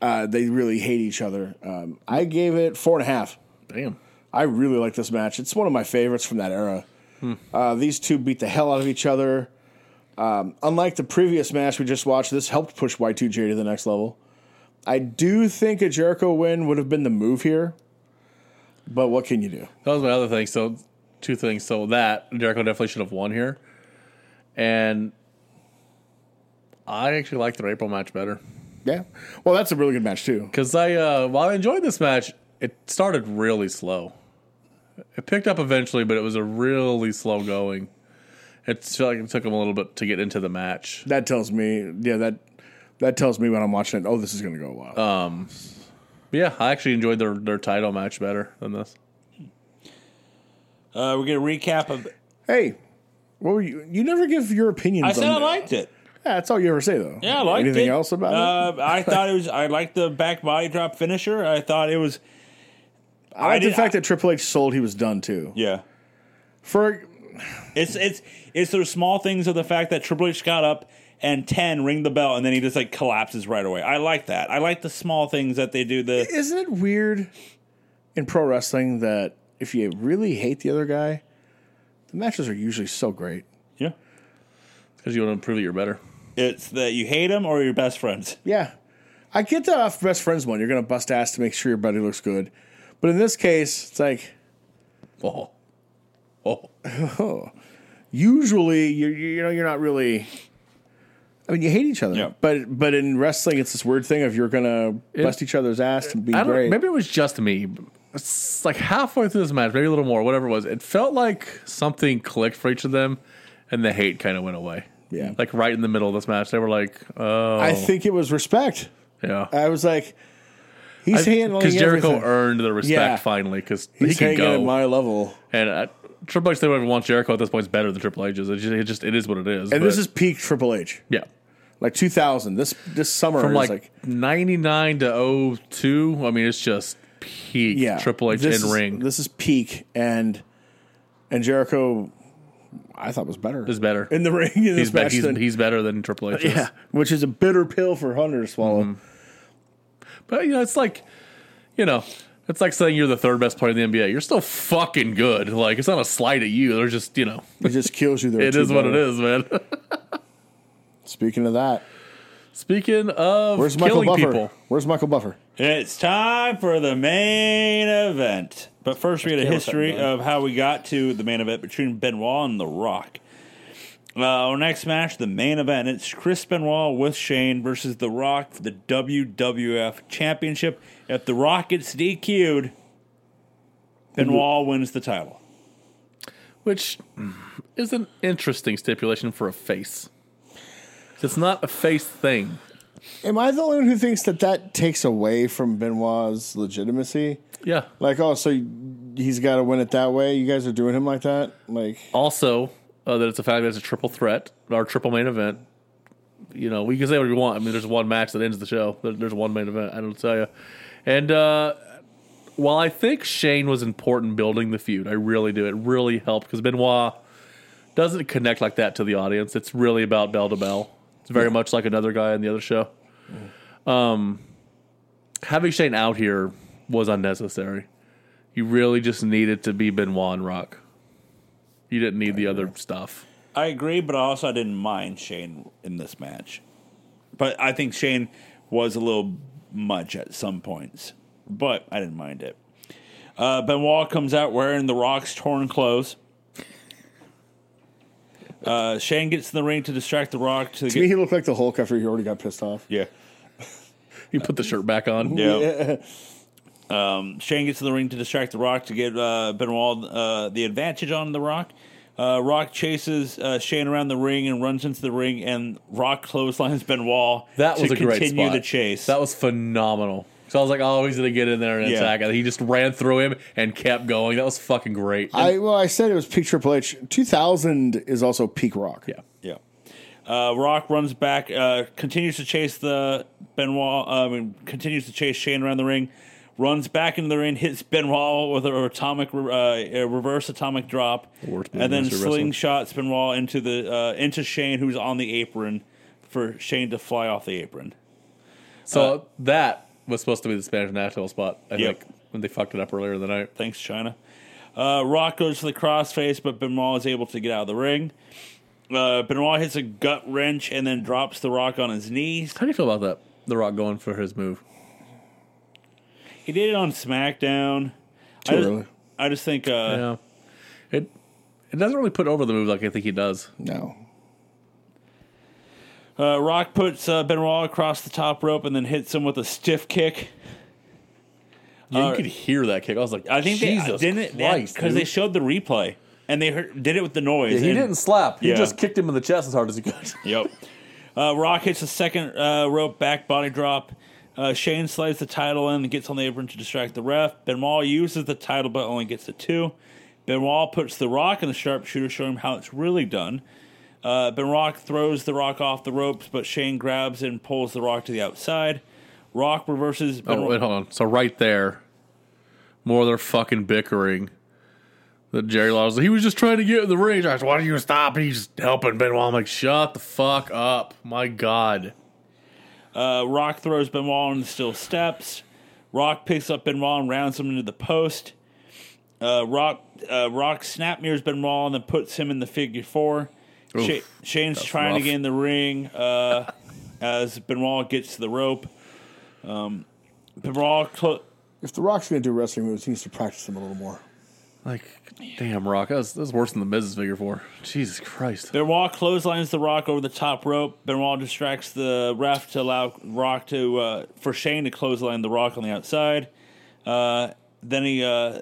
S2: Uh, they really hate each other. Um, I gave it four and a half.
S3: Damn.
S2: I really like this match. It's one of my favorites from that era. Uh, these two beat the hell out of each other. Um, unlike the previous match we just watched, this helped push Y2J to the next level. I do think a Jericho win would have been the move here, but what can you do?
S3: That was my other thing. So, two things. So that Jericho definitely should have won here, and I actually like the April match better
S2: Yeah. Well, that's a really good match, too.
S3: because I uh, while I enjoyed this match, it started really slow. It picked up eventually, but it was a really slow going. It felt like it took him a little bit to get into the match.
S2: That tells me, yeah, that that tells me when I'm watching it, oh, this is going to go a while.
S3: But yeah, I actually enjoyed their their title match better than this.
S1: Uh, we're gonna recap of.
S2: hey, what were you? You never give your opinions
S1: I said
S2: on
S1: I liked it.
S2: Yeah, that's all you ever say, though.
S1: Yeah, I liked
S2: Anything
S1: it.
S2: else about it?
S1: uh, I thought it was. I liked the back body drop finisher. I thought it was.
S2: I like
S1: I
S2: the
S1: did-
S2: fact that Triple H sold he was done, too.
S1: Yeah.
S2: For
S1: It's it's it's those small things of the fact that Triple H got up and ten ring the bell and then he just like collapses right away. I like that. I like the small things that they do. The
S2: Isn't it weird in pro wrestling that if you really hate the other guy, the matches are usually so great?
S1: yeah,
S3: Because you want to prove that you're better.
S1: it's that you hate him or your best friends.
S2: Yeah. I get that off best friends one. You're going to bust ass to make sure your buddy looks good. But in this case, it's like
S3: Oh, oh,
S2: usually you you know you're not really I mean, you hate each other.
S1: Yeah.
S2: But but in wrestling it's this weird thing of you're going to bust each other's ass and be
S3: I
S2: great.
S3: don't. Maybe it was just me. It's like halfway through this match, maybe a little more, whatever it was. It felt like something clicked for each of them, and the hate kind of went away.
S2: Yeah.
S3: like right in the middle of this match, they were like, "Oh,
S2: I think it was respect.
S3: yeah."
S2: I was like he's handling
S3: Because Jericho
S2: everything.
S3: earned the respect
S2: Yeah.
S3: finally, because he
S2: he's
S3: can
S2: hanging
S3: go.
S2: at my level.
S3: and uh, Triple H, they would want Jericho at this point is better than Triple H is. It just, it just it is what it is.
S2: And this
S3: but-
S2: is peak Triple H,
S3: yeah,
S2: like 2000. This this summer
S3: from
S2: is like,
S3: like, ninety nine to 02, I mean, it's just peak
S2: yeah,
S3: Triple H in
S2: this is-
S3: ring.
S2: This is peak, and and Jericho, I thought was better
S3: is better.
S2: in the ring. In this
S3: he's, be-
S2: match
S3: he's,
S2: than-
S3: he's better than Triple H. is. Mm-hmm.
S2: yeah, which is a bitter pill for Hunter to swallow.
S3: But you know, it's like you know, it's like saying you're the third best player in the NBA. You're still fucking good. Like it's not a slight at you. They're just you know,
S2: It just kills you. There,
S3: it is what it is, man.
S2: Speaking of that,
S3: Speaking of
S2: where's Michael
S3: killing
S2: Buffer?
S3: people,
S2: Where's Michael Buffer?
S1: It's time for the main event. But first, we had a history of how we got to the main event between Benoit and The Rock. Uh, our next match, the main event, it's Chris Benoit with Shane versus The Rock for the WWF Championship. If The Rock gets DQ'd, Benoit wins the title.
S3: which is an interesting stipulation for a face. It's not a face thing.
S2: Am I the only one who thinks that that takes away from Benoit's legitimacy?
S3: Yeah.
S2: Like, oh, so he's got to win it that way. You guys are doing him like that, like.
S3: Also, uh, that it's a fact that it's a triple threat or triple main event. You know, we can say what we want. I mean, there's one match that ends the show. There- There's one main event. I don't tell you. And uh, while I think Shane was important building the feud, I really do. It really helped because Benoit doesn't connect like that to the audience. It's really about bell to bell. It's very much like another guy in the other show. Um, having Shane out here was unnecessary. You really just needed to be Benoit and Rock. You didn't need the other stuff.
S1: I agree, but also I didn't mind Shane in this match. But I think Shane was a little much at some points, but I didn't mind it. Uh, Benoit comes out wearing The Rock's torn clothes. Uh, Shane gets in the ring to distract The Rock to,
S2: To
S1: get.
S2: me, he looked like the Hulk after he already got pissed off.
S1: yeah.
S3: You put the shirt back on.
S1: Yeah. Um, Shane gets in the ring to distract The Rock to get uh, Benoit uh, the advantage on The Rock. Uh, Rock chases uh, Shane around the ring and runs into the ring, and Rock clotheslines Benoit
S3: That was
S1: to
S3: a great
S1: continue
S3: spot.
S1: the chase.
S3: That was phenomenal. So I was like, oh, he's gonna get in there and
S1: Yeah.
S3: attack. And he just ran through him and kept going. That was fucking great.
S2: I well, I said it was peak Triple H. Two thousand is also peak Rock.
S3: yeah.
S1: yeah. Uh, Rock runs back, uh, continues to chase the Benoit. Uh, I mean, continues to chase Shane around the ring. Runs back into the ring, hits Benoit with an atomic uh, a reverse atomic drop,
S3: Worst
S1: and then
S3: moves in wrestling.
S1: slingshots Benoit into the uh, into Shane, who's on the apron, for Shane to fly off the apron.
S3: So that was supposed to be the Spanish national spot. I
S1: Yep.
S3: think when they fucked it up earlier in the night.
S1: Thanks, China. Uh, Rock goes for the crossface, but Benoit is able to get out of the ring. Uh, Benoit hits a gut wrench and then drops the Rock on his knees.
S3: How do you feel about that? The Rock going for his move.
S1: He did it on SmackDown.
S2: Too
S1: I just,
S2: early.
S1: I just think. Uh,
S3: Yeah. It it doesn't really put over the move like I think he does.
S2: No.
S1: Uh, Rock puts uh, Benoit across the top rope and then hits him with a stiff kick.
S3: Yeah,
S1: Uh,
S3: you could hear that kick. I was like,
S1: I think
S3: Jesus
S1: they didn't
S3: Christ,
S1: because they
S3: dude.
S1: showed the replay and they heard, did it with the noise.
S3: he
S1: and-
S3: didn't slap. He
S1: Yeah.
S3: just kicked him in the chest as hard as he could.
S1: Yep. Uh, Rock hits a second uh, rope back body drop. Uh, Shane slides the title in and gets on the apron to distract the ref. Benoit uses the title but only gets the two. Benoit puts the rock in the sharpshooter, showing him how it's really done. Uh, Benoit throws the rock off the ropes, but Shane grabs and pulls the rock to the outside. Rock reverses
S3: Oh, wait,
S1: Benoit.
S3: hold on. So right there, more of their fucking bickering. That Jerry Lawler's like, he was just trying to get in the ring. I was, why do you stop? He's helping Benoit. I'm like, shut the fuck up. My God.
S1: Uh, rock throws Benoit on the steel steps. Rock picks up Benoit and rounds him into the post. Uh, Rock uh, Rock snap mirrors Benoit and then puts him in the figure four. Sha-
S3: Oof,
S1: Shane's trying
S3: rough.
S1: to get in the ring uh, as Benoit gets to the rope. Um, Benoit clo-
S2: If The Rock's going to do wrestling moves, he needs to practice them a little more.
S3: Like, damn, Rock. That was, that was worse than the Miz's figure four. Jesus Christ.
S1: Benoit clotheslines the Rock over the top rope. Benoit distracts the ref to allow Rock to uh, for Shane to clothesline the Rock on the outside. Uh, then he uh, uh,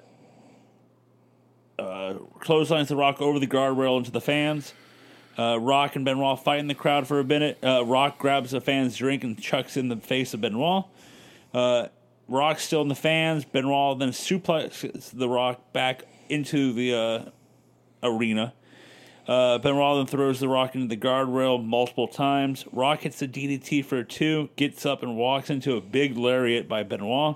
S1: clotheslines the Rock over the guardrail into the fans. Uh, Rock and Benoit fight in the crowd for a minute. Uh, Rock grabs a fan's drink and chucks in the face of Benoit. Rock still in the fans. Benoit then suplexes the Rock back into the uh, arena. Uh, Benoit then throws the Rock into the guardrail multiple times. Rock hits the DDT for a two, gets up and walks into a big lariat by Benoit.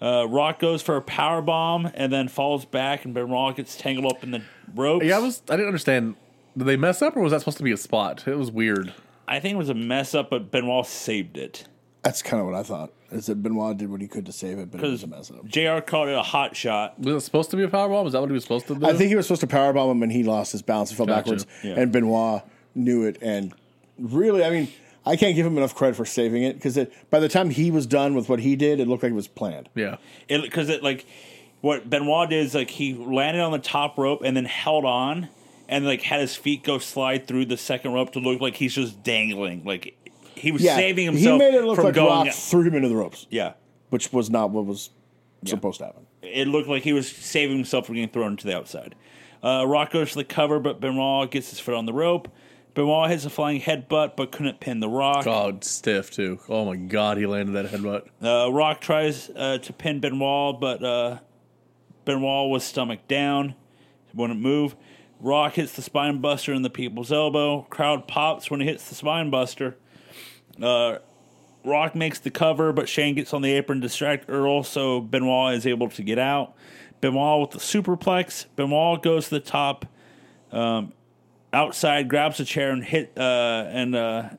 S1: Uh, Rock goes for a power bomb and then falls back, and Benoit gets tangled up in the ropes.
S3: Yeah, I was. I didn't understand. Did they mess up, or was that supposed to be a spot? It was weird.
S1: I think it was a mess up, but Benoit saved it
S2: That's kind of what I thought. Is that Benoit did what he could to save it, but it was
S1: because
S2: a mess up.
S1: Jr. called it a hot shot.
S3: Was it supposed to be a powerbomb? Is that what he was supposed to do?
S2: I think he was supposed to powerbomb him, and he lost his balance and fell
S3: Gotcha.
S2: backwards.
S1: Yeah.
S2: And Benoit knew it, and really, I mean, I can't give him enough credit for saving it because by the time he was done with what he did, it looked like it was planned.
S3: Yeah.
S1: it because it like what Benoit did is like he landed on the top rope and then held on and like had his feet go slide through the second rope to look like he's just dangling like he was saving himself
S2: He made it look
S1: from
S2: like
S1: going
S2: Rock threw him into the ropes,
S1: yeah
S2: which was not what was supposed to happen.
S1: it looked like he was saving himself from getting thrown to the outside uh, Rock goes for the cover but Benoit gets his foot on the rope Benoit hits a flying headbutt but couldn't pin the Rock
S3: God, stiff too. Oh my God, he landed that headbutt.
S1: Uh, Rock tries uh, to pin Benoit, but uh, Benoit was stomach down, wouldn't move. Rock hits the spine buster in the people's elbow. Crowd pops when he hits the spine buster. Uh, Rock makes the cover, but Shane gets on the apron to distract Earl, so Benoit is able to get out. Benoit with the superplex. Benoit goes to the top, um, outside, grabs a chair and hit uh, and uh,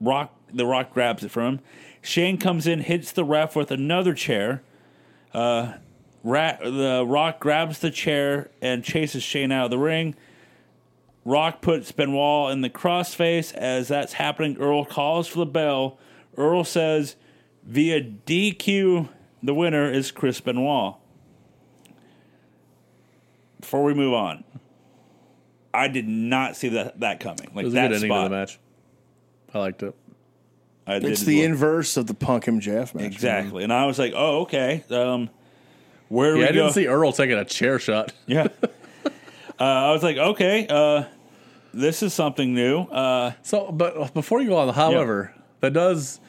S1: Rock the Rock grabs it from him. Shane comes in, hits the ref with another chair. Uh, Ra- the Rock grabs the chair and chases Shane out of the ring. Rock puts Benoit in the crossface. As that's happening, Earl calls for the bell. Earl says, via DQ, the winner is Chris Benoit. Before we move on, I did not see that, that coming. Like
S3: It was a
S1: that
S3: good ending
S1: spot,
S3: to the match. I liked it.
S1: I
S2: It's
S1: didn't
S2: the
S1: look.
S2: inverse of the Punk MJF match.
S1: Exactly. And I was like, oh, okay. Um, where do
S3: Yeah,
S1: we go?
S3: I didn't see Earl taking a chair shot.
S1: yeah. Uh, I was like, okay, uh, this is something new. Uh,
S3: So, but before you go on, however, that does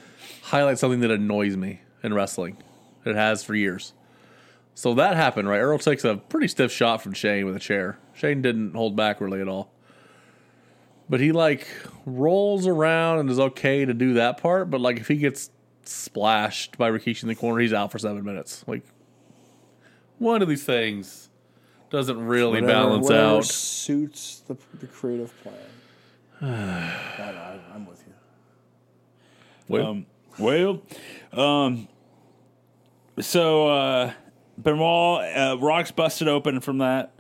S3: highlight something that annoys me in wrestling. It has for years. So that happened, right? Earl takes a pretty stiff shot from Shane with a chair. Shane didn't hold back really at all. But he like rolls around and is okay to do that part. But like if he gets splashed by Rikishi in the corner, he's out for seven minutes. Like one of these things doesn't really
S2: Whatever-
S3: balance
S4: Whatever
S3: out.
S4: Suits the, the creative plan. God, I, I'm with you.
S3: Well,
S1: well, um, so uh, Benoit, uh, Rock's busted open from that.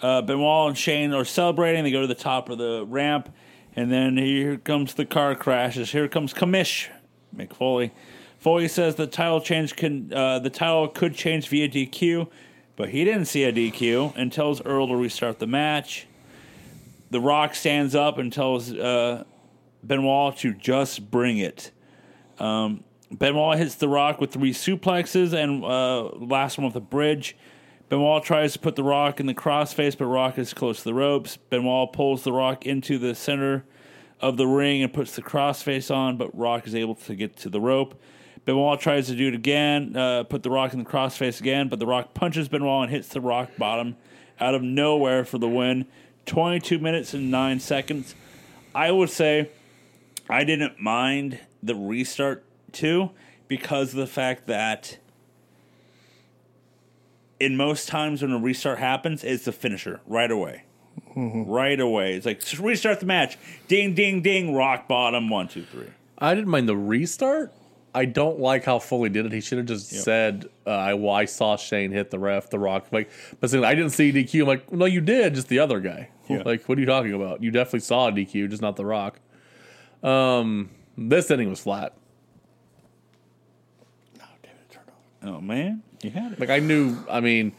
S1: Uh, Benoit and Shane are celebrating. They go to the top of the ramp, and then here comes the car crashes. Here comes Kamish McFoley. Foley says the title change can uh, the title could change via DQ, but he didn't see a DQ and tells Earl to restart the match. The Rock stands up and tells uh, Benoit to just bring it. Benoit hits The Rock with three suplexes and uh, last one with a bridge. Benoit tries to put The Rock in the crossface, but Rock is close to the ropes. Benoit pulls The Rock into the center of the ring and puts the crossface on, but Rock is able to get to the rope. Benoit tries to do it again, uh, put The Rock in the crossface again, but The Rock punches Benoit and hits The Rock bottom out of nowhere for the win. 22 minutes and 9 seconds. I would say I didn't mind the restart too because of the fact that in most times when a restart happens, it's the finisher right away. Right away. It's like just restart the match. Ding ding ding rock bottom one, two, three.
S3: I didn't mind the restart. I don't like how Foley did it. He should have just said, uh, I, well, I saw Shane hit the ref, the rock. Like, but since I didn't see DQ, I'm like, no, you did, just the other guy.
S1: Yeah.
S3: Like, what are you talking about? You definitely saw DQ, just not the rock. Um, this ending was flat.
S1: Oh man. You had it.
S3: Like, I knew, I mean,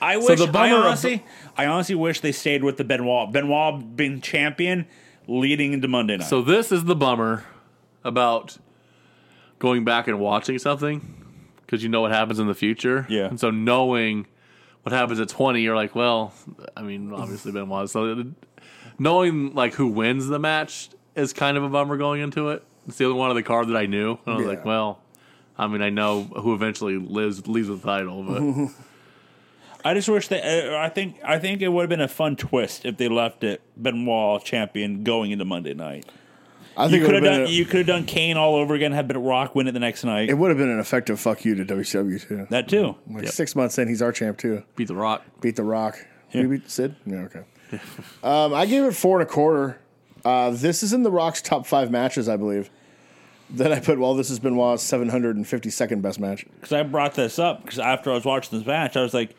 S1: I wish
S3: the
S1: I
S3: bummer of
S1: honestly I honestly wish they stayed with the Benoit. Benoit being champion leading into Monday night.
S3: So this is the bummer about going back and watching something because you know what happens in the future.
S1: Yeah.
S3: And so knowing what happens at 20, you're like, well, I mean, obviously Benoit. So it- knowing like who wins the match is kind of a bummer going into it. It's the only one of the card that I knew. And I was
S2: Yeah.
S3: like, well, I mean, I know who eventually lives leaves with the title, but
S1: I just wish they. Uh, I think. I think it would have been a fun twist if they left it Benoit champion going into Monday night.
S2: I
S1: You
S2: think it
S1: could have
S2: would
S1: done.
S2: have
S1: you could have done Kane all over again. Had been Rock win it the next night.
S2: It would have been an effective fuck you to WCW too.
S1: that too.
S2: like six months in, he's our champ too.
S3: beat the Rock.
S2: Beat the Rock. We beat Sid. Yeah, okay. um, I gave it four and a quarter. Uh, this is in the Rock's top five matches, I believe. Then I put, well, this has been Benoit's 752nd best match.
S1: Because I brought this up because after I was watching this match, I was like,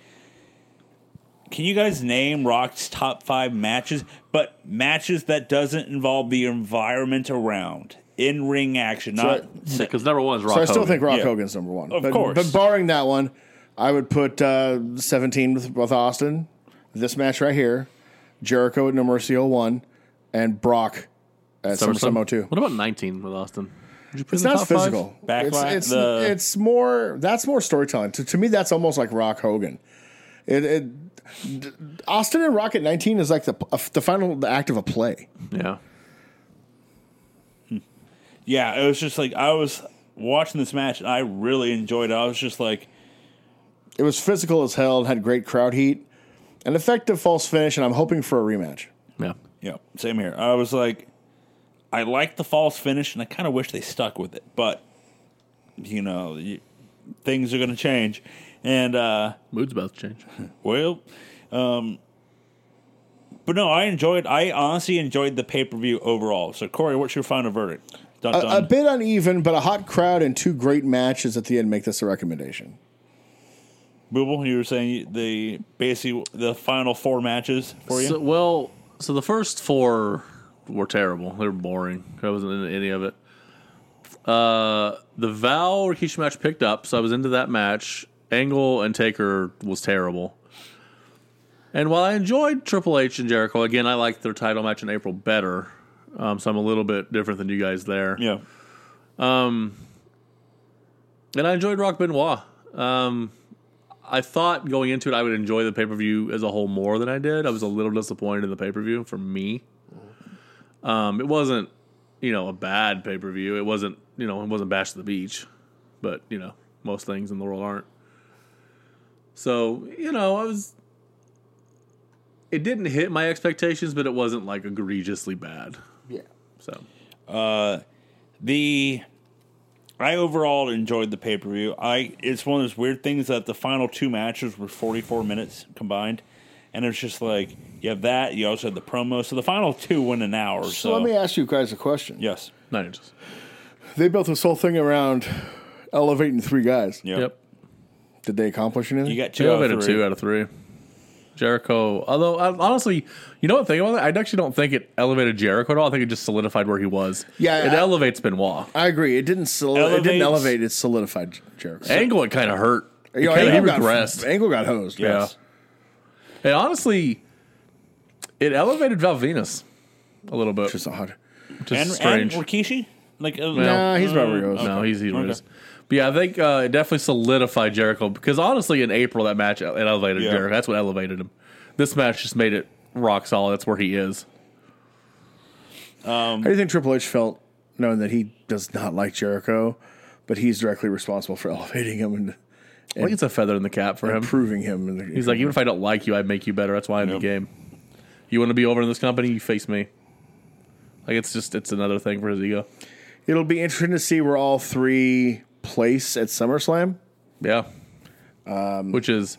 S1: "Can you guys name Rock's top five matches? But matches that doesn't involve the environment around in ring action, not."
S3: Because number one is Rock.
S2: So I still
S3: Hogan.
S2: think Rock
S1: Yeah.
S2: Hogan's number one.
S1: Of
S2: but,
S1: course.
S2: But barring that one, I would put uh, 17 with, with Austin, this match right here, Jericho at No Mercy 01, and Brock at SummerSlam 02.
S3: What about 19 with Austin? Would you put
S2: It's
S3: in the
S2: not
S3: top five?
S2: physical.
S1: Backlash-
S2: it's it's,
S1: the-
S2: it's more that's more storytelling. To, to me, that's almost like Rock Hogan. It, it d- Austin and Rock at nineteen is like the the final act of a play.
S3: Yeah.
S1: yeah, it was just like I was watching this match and I really enjoyed it. I was just like,
S2: It was physical as hell and had great crowd heat, an effective false finish, and I'm hoping for a rematch.
S3: Yeah.
S1: Yeah, same here. I was like, I like the false finish, and I kind of wish they stuck with it, but you know, you, things are going to change, and uh,
S3: Mood's about to change.
S1: well, um, but no, I enjoyed. I honestly enjoyed the pay per view overall. So, Corey, what's your final verdict? Dun,
S2: A, a
S1: dun.
S2: bit uneven, but a hot crowd and two great matches at the end make this a recommendation.
S1: Booble, you were saying the basically the final four matches for you.
S3: So, well, so the first four were terrible. They were boring. I wasn't into any of it. Uh, the Val Rikishi match picked up, so I was into that match. Angle and Taker was terrible. And while I enjoyed Triple H and Jericho, again, I liked their title match in April better. Um, so I'm a little bit different than you guys there.
S1: yeah,
S3: And I enjoyed Rock Benoit. Um, I thought going into it I would enjoy the pay per view as a whole more than I did. I was a little disappointed in the pay per view for me. Um, it wasn't, you know, a bad pay per view. It wasn't, you know, it wasn't Bash to the Beach, but you know, most things in the world aren't. So you know, I was. It didn't hit my expectations, but it wasn't like egregiously bad.
S4: Yeah.
S3: So
S1: The I overall enjoyed the pay per view. I it's one of those weird things that the final two matches were forty four minutes combined, and it's just like you have that. You also had the promo, so the final two went an hour. So,
S2: So let me ask you guys a question.
S1: yes,
S3: nine inches.
S2: They built this whole thing around elevating three guys.
S1: yep.
S3: Yep.
S2: Did they accomplish anything?
S1: You got two
S3: Two
S1: out
S3: out
S1: of
S3: of
S1: three.
S3: two out of three. Jericho, although I, honestly, you know what? Think about that. I actually don't think it elevated Jericho at all. I think it just solidified where he was.
S2: Yeah,
S3: it
S2: I-
S3: elevates Benoit.
S2: I agree. It didn't soli- it didn't
S1: Elevates-
S2: elevate. It solidified Jericho.
S3: Angle, it kind of hurt.
S2: You know,
S3: It kinda- he
S2: got-
S3: regressed.
S2: Angle got hosed.
S3: Yeah.
S1: Yes.
S3: And honestly, it elevated Val Venus a little bit.
S2: Just odd.
S3: Just
S1: and
S3: strange.
S1: and Rikishi. Like uh,
S2: Nah, he's about where he was.
S3: no, he's he's
S1: Okay.
S3: But yeah, I think uh, it definitely solidified Jericho because honestly, in April that match it elevated
S1: Yeah.
S3: Jericho. That's what elevated him. This match just made it rock solid. That's where he is.
S2: How do you think Triple H felt knowing that he does not like Jericho, but he's directly responsible for elevating him and
S3: I think it's a feather in the cap for him.
S2: improving him? In the,
S3: He's like, even if I don't like you, I make you better. That's why I'm in the game. You want to be over in this company, you face me. Like it's just it's another thing for his ego.
S2: it'll be interesting to see where all three place at SummerSlam.
S3: Yeah.
S2: Um,
S3: Which is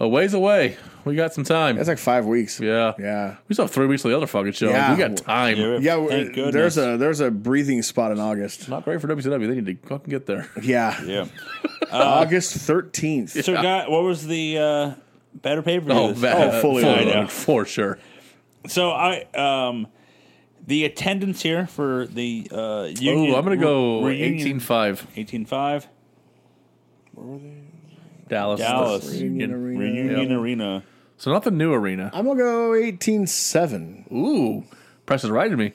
S3: a ways away. We got some time.
S2: That's like five weeks.
S3: yeah.
S2: yeah,
S3: We still have three weeks to the other fucking show. Like,
S2: Yeah.
S3: we got time.
S1: Yeah.
S2: yeah.
S1: Thank
S2: w- uh,
S1: goodness.
S2: There's a there's a breathing spot in August.
S3: Not great for WCW. They need to fucking get there.
S2: Yeah,
S1: yeah.
S2: August thirteenth.
S1: So, guy, what was the uh, better pay per view?
S3: Oh, bad.
S2: Oh, fully
S1: loaded.
S3: for sure.
S1: So I um the attendance here for the uh union
S3: Ooh, I'm gonna go
S1: re- reunion-
S3: eighteen five.
S1: 18.5
S4: Where were they?
S3: Dallas.
S1: Dallas.
S2: Union
S3: Union.
S2: Arena.
S1: reunion arena.
S3: So not the new arena.
S2: I'm gonna go eighteen seven.
S3: Ooh, press is right to me.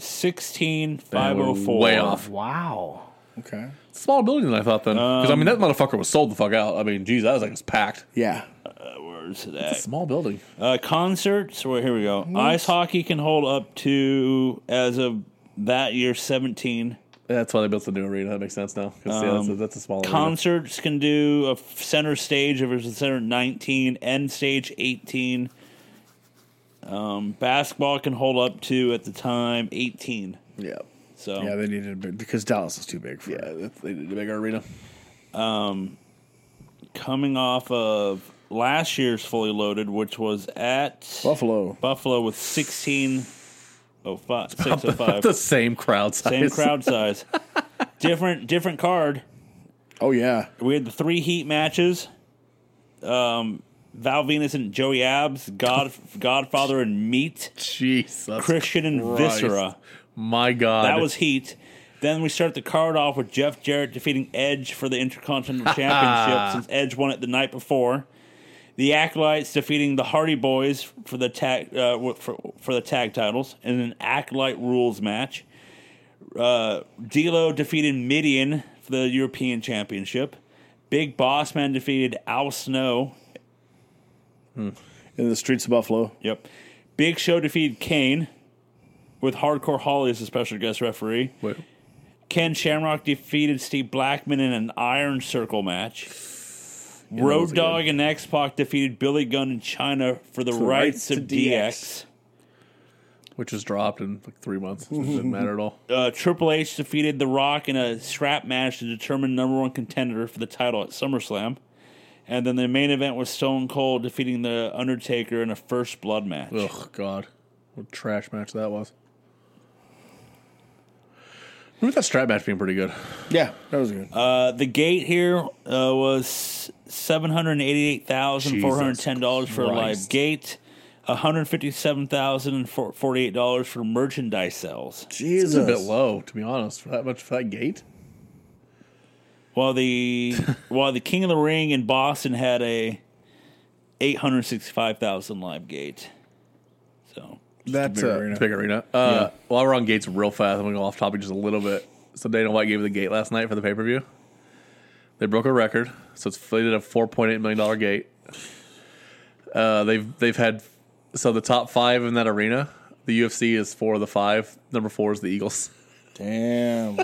S1: 16.504.
S3: Way off.
S4: Wow.
S2: Okay.
S3: Smaller building than I thought then. Because I mean
S1: Um,
S3: that motherfucker was sold the fuck out. I mean, geez, that was like it's packed.
S2: Yeah.
S1: Uh, where's that?
S3: Small building.
S1: Uh, concerts. Well, here we go. Ice hockey can hold up to as of that year 17.
S3: That's why they built the new arena. That makes sense now. 'Cause, yeah,
S1: Um,
S3: that's, a, that's a small arena.
S1: Concerts can do a f- center stage if it's a center 19, end stage 18. Um, basketball can hold up to at the time 18.
S2: Yeah.
S1: So
S2: Yeah, they needed a big because Dallas is too big for
S3: Yeah, that's, they did a bigger arena.
S1: coming off of last year's fully loaded, which was at
S2: Buffalo.
S1: Buffalo with 16 oh five, 605.
S3: the same crowd size.
S1: Same crowd size. different different card.
S2: Oh yeah.
S1: We had the three heat matches. Um Val Venus and Joey Abs, God, Godfather and Meat,
S3: Jesus.
S1: Christian and
S3: Christ.
S1: Viscera.
S3: My God.
S1: That was heat. Then we start the card off with Jeff Jarrett defeating Edge for the Intercontinental Championship since Edge won it the night before. The Acolytes defeating the Hardy Boys for the tag uh, w- for, for the tag titles in an Acolyte rules match. Uh, D'Lo defeated Midian for the European Championship. Big Boss Man defeated Al Snow.
S2: In the streets of Buffalo.
S1: Yep. Big Show defeated Kane with Hardcore Holly as a special guest referee.
S3: Wait.
S1: Ken Shamrock defeated Steve Blackman in an Iron Circle match. Road
S3: a
S1: Dogg and X Pac defeated Billy Gunn and China for the rights,
S2: rights
S1: of
S2: to
S1: DX.
S3: Which was dropped in like three months. It didn't matter at all.
S1: Uh, Triple H defeated The Rock in a strap match to determine number one contender for the title at SummerSlam. And then the main event was Stone Cold defeating The Undertaker in a first blood match.
S3: Oh God, what a trash match that was. Remember that strap match being pretty good.
S2: Yeah, that was good.
S1: Uh, the gate here uh, was seven hundred eighty-eight thousand four hundred ten dollars for a live
S3: Christ.
S1: gate, one hundred fifty-seven thousand forty-eight dollars for merchandise sales.
S2: Jesus.
S3: A bit low, to be honest, for that much for that gate.
S1: While the while the King of the Ring in Boston had a eight hundred sixty-five thousand live gate. So
S2: That's
S3: Big
S2: uh,
S3: arena. Big arena. Uh, While we're on gates, real fast, I'm gonna go off topic just a little bit. So Dana White gave the gate last night for the pay per view. They broke a record, so it's they did a four point eight million dollar gate. Uh, they've they've had so the top five in that arena. The UFC is four of the five. Number four is the Eagles.
S2: Damn.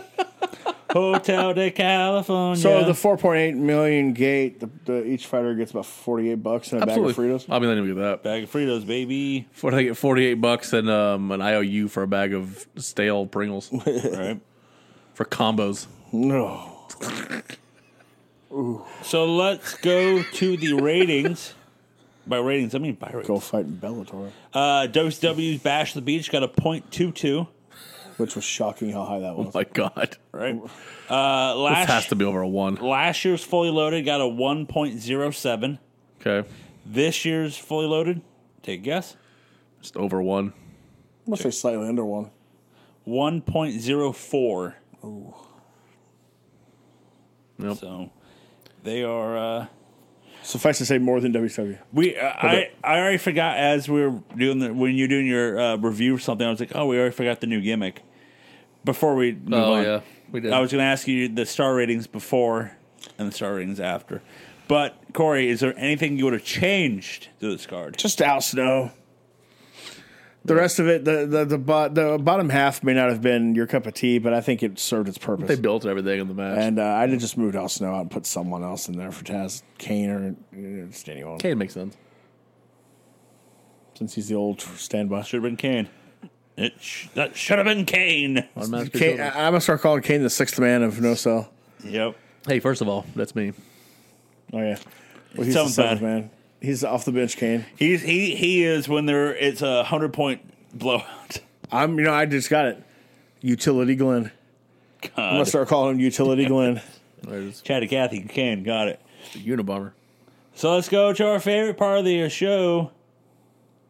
S1: Hotel de California.
S2: So the 4.8 million gate, the, the, each fighter gets about 48 bucks and a bag of Fritos.
S3: I'll be letting them get that.
S1: bag of Fritos, baby.
S3: For they get forty eight bucks and um, an IOU for a bag of stale Pringles
S1: right.
S3: for combos.
S2: No.
S1: So let's go to the ratings. By ratings, I mean by
S2: Go
S1: ratings.
S2: fight in Bellator,
S1: Uh, WCW's Bash the Beach got a .22.
S2: which was shocking how high that was.
S3: My God,
S1: Right. Uh,
S3: this has
S1: last
S3: to be over a one.
S1: last year's fully loaded got a 1.07.
S3: Okay,
S1: This year's fully loaded, take a guess,
S3: just over one.
S2: I must say slightly under one.
S1: 1.04.
S3: Yep.
S1: So they are. Uh,
S2: Suffice to say, more than E. WCW.
S1: We, uh, I, I already forgot as we were doing the when you're doing your uh, review or something. I was like, oh, we already forgot the new gimmick. Before we move
S3: Oh
S1: on,
S3: yeah, we did.
S1: I was going to ask you the star ratings before and the star ratings after. But Corey, is there anything you would have changed to this card?
S2: Just Al Snow. The rest of it, the the the, bo- the bottom half may not have been your cup of tea, but I think it served its purpose.
S3: they built everything in the match.
S2: and uh, I did just moved Al Snow out and put someone else in there for Taz Kane or uh, just anyone
S3: Kane makes sense.
S2: since he's the old standby.
S1: Should have been Kane. It sh- that should have been Kane.
S2: Kane, I, I'm gonna start calling Kane the sixth man of No Cell.
S1: Yep.
S3: hey, first of all, that's me.
S2: Oh yeah, well, he's
S1: Sounds
S2: the seventh
S1: bad.
S2: man. He's off the bench, Kane.
S1: He's he he is when there it's a hundred point blowout.
S2: I'm, you know, I just got it. Utility Glenn. I'm gonna start calling him Utility Glenn.
S3: There's
S1: Chatty Cathy Kane got it.
S3: the Unabomber.
S1: So let's go to our favorite part of the show,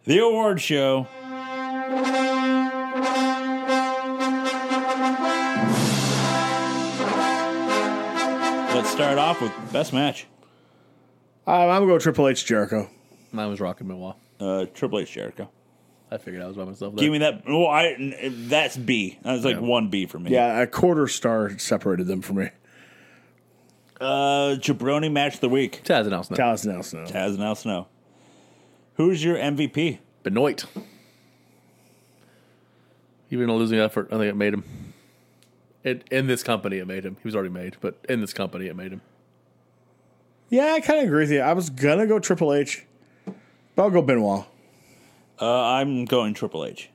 S1: the award show. Let's start off with best match.
S2: I'm, I'm gonna go Triple H Jericho.
S3: Mine was Rocky Benoit.
S1: Uh, Triple H Jericho.
S3: I figured I was by myself. There.
S1: Give me that. Well, I that's B. That was like one B for me.
S2: Yeah, a quarter star separated them from me.
S1: Uh, Jabroni match of the week.
S3: Taz and Austin.
S2: Dallas now Snow.
S1: Taz now Snow. Who's your MVP?
S3: Benoit. Even in a losing effort, I think it made him. It in this company, it made him. He was already made, but in this company, it made him.
S2: Yeah, I kind of agree with you. I was gonna go Triple H, but I'll go Benoit.
S1: Uh, I'm going Triple H.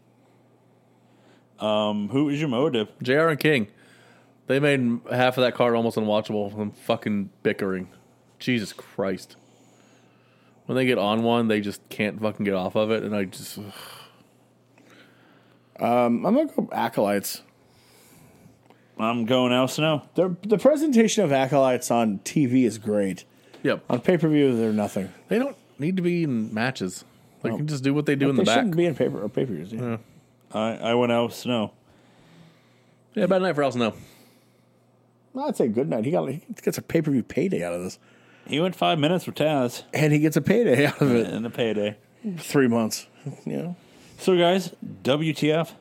S1: Um, who is your motive?
S3: Jr. and King, they made half of that card almost unwatchable. From them fucking bickering, Jesus Christ. When they get on one, they just can't fucking get off of it, and I just
S2: I'm gonna go Acolytes.
S1: I'm going Al Snow.
S2: The the presentation of Acolytes on TV is great.
S3: yep.
S2: On pay per view, they're nothing.
S3: They don't need to be in matches. They can just do what they do in
S2: they
S3: the back.
S2: shouldn't be in paper or pay per views. Yeah.
S1: I, I went Al Snow.
S3: Yeah, bad night for Al Snow.
S2: I'd say good night. He got he gets a pay per view payday out of this,
S1: He went five minutes for Taz
S2: and he gets a payday out of it.
S1: in the payday.
S2: Three months. You know.
S1: So, guys, WTF?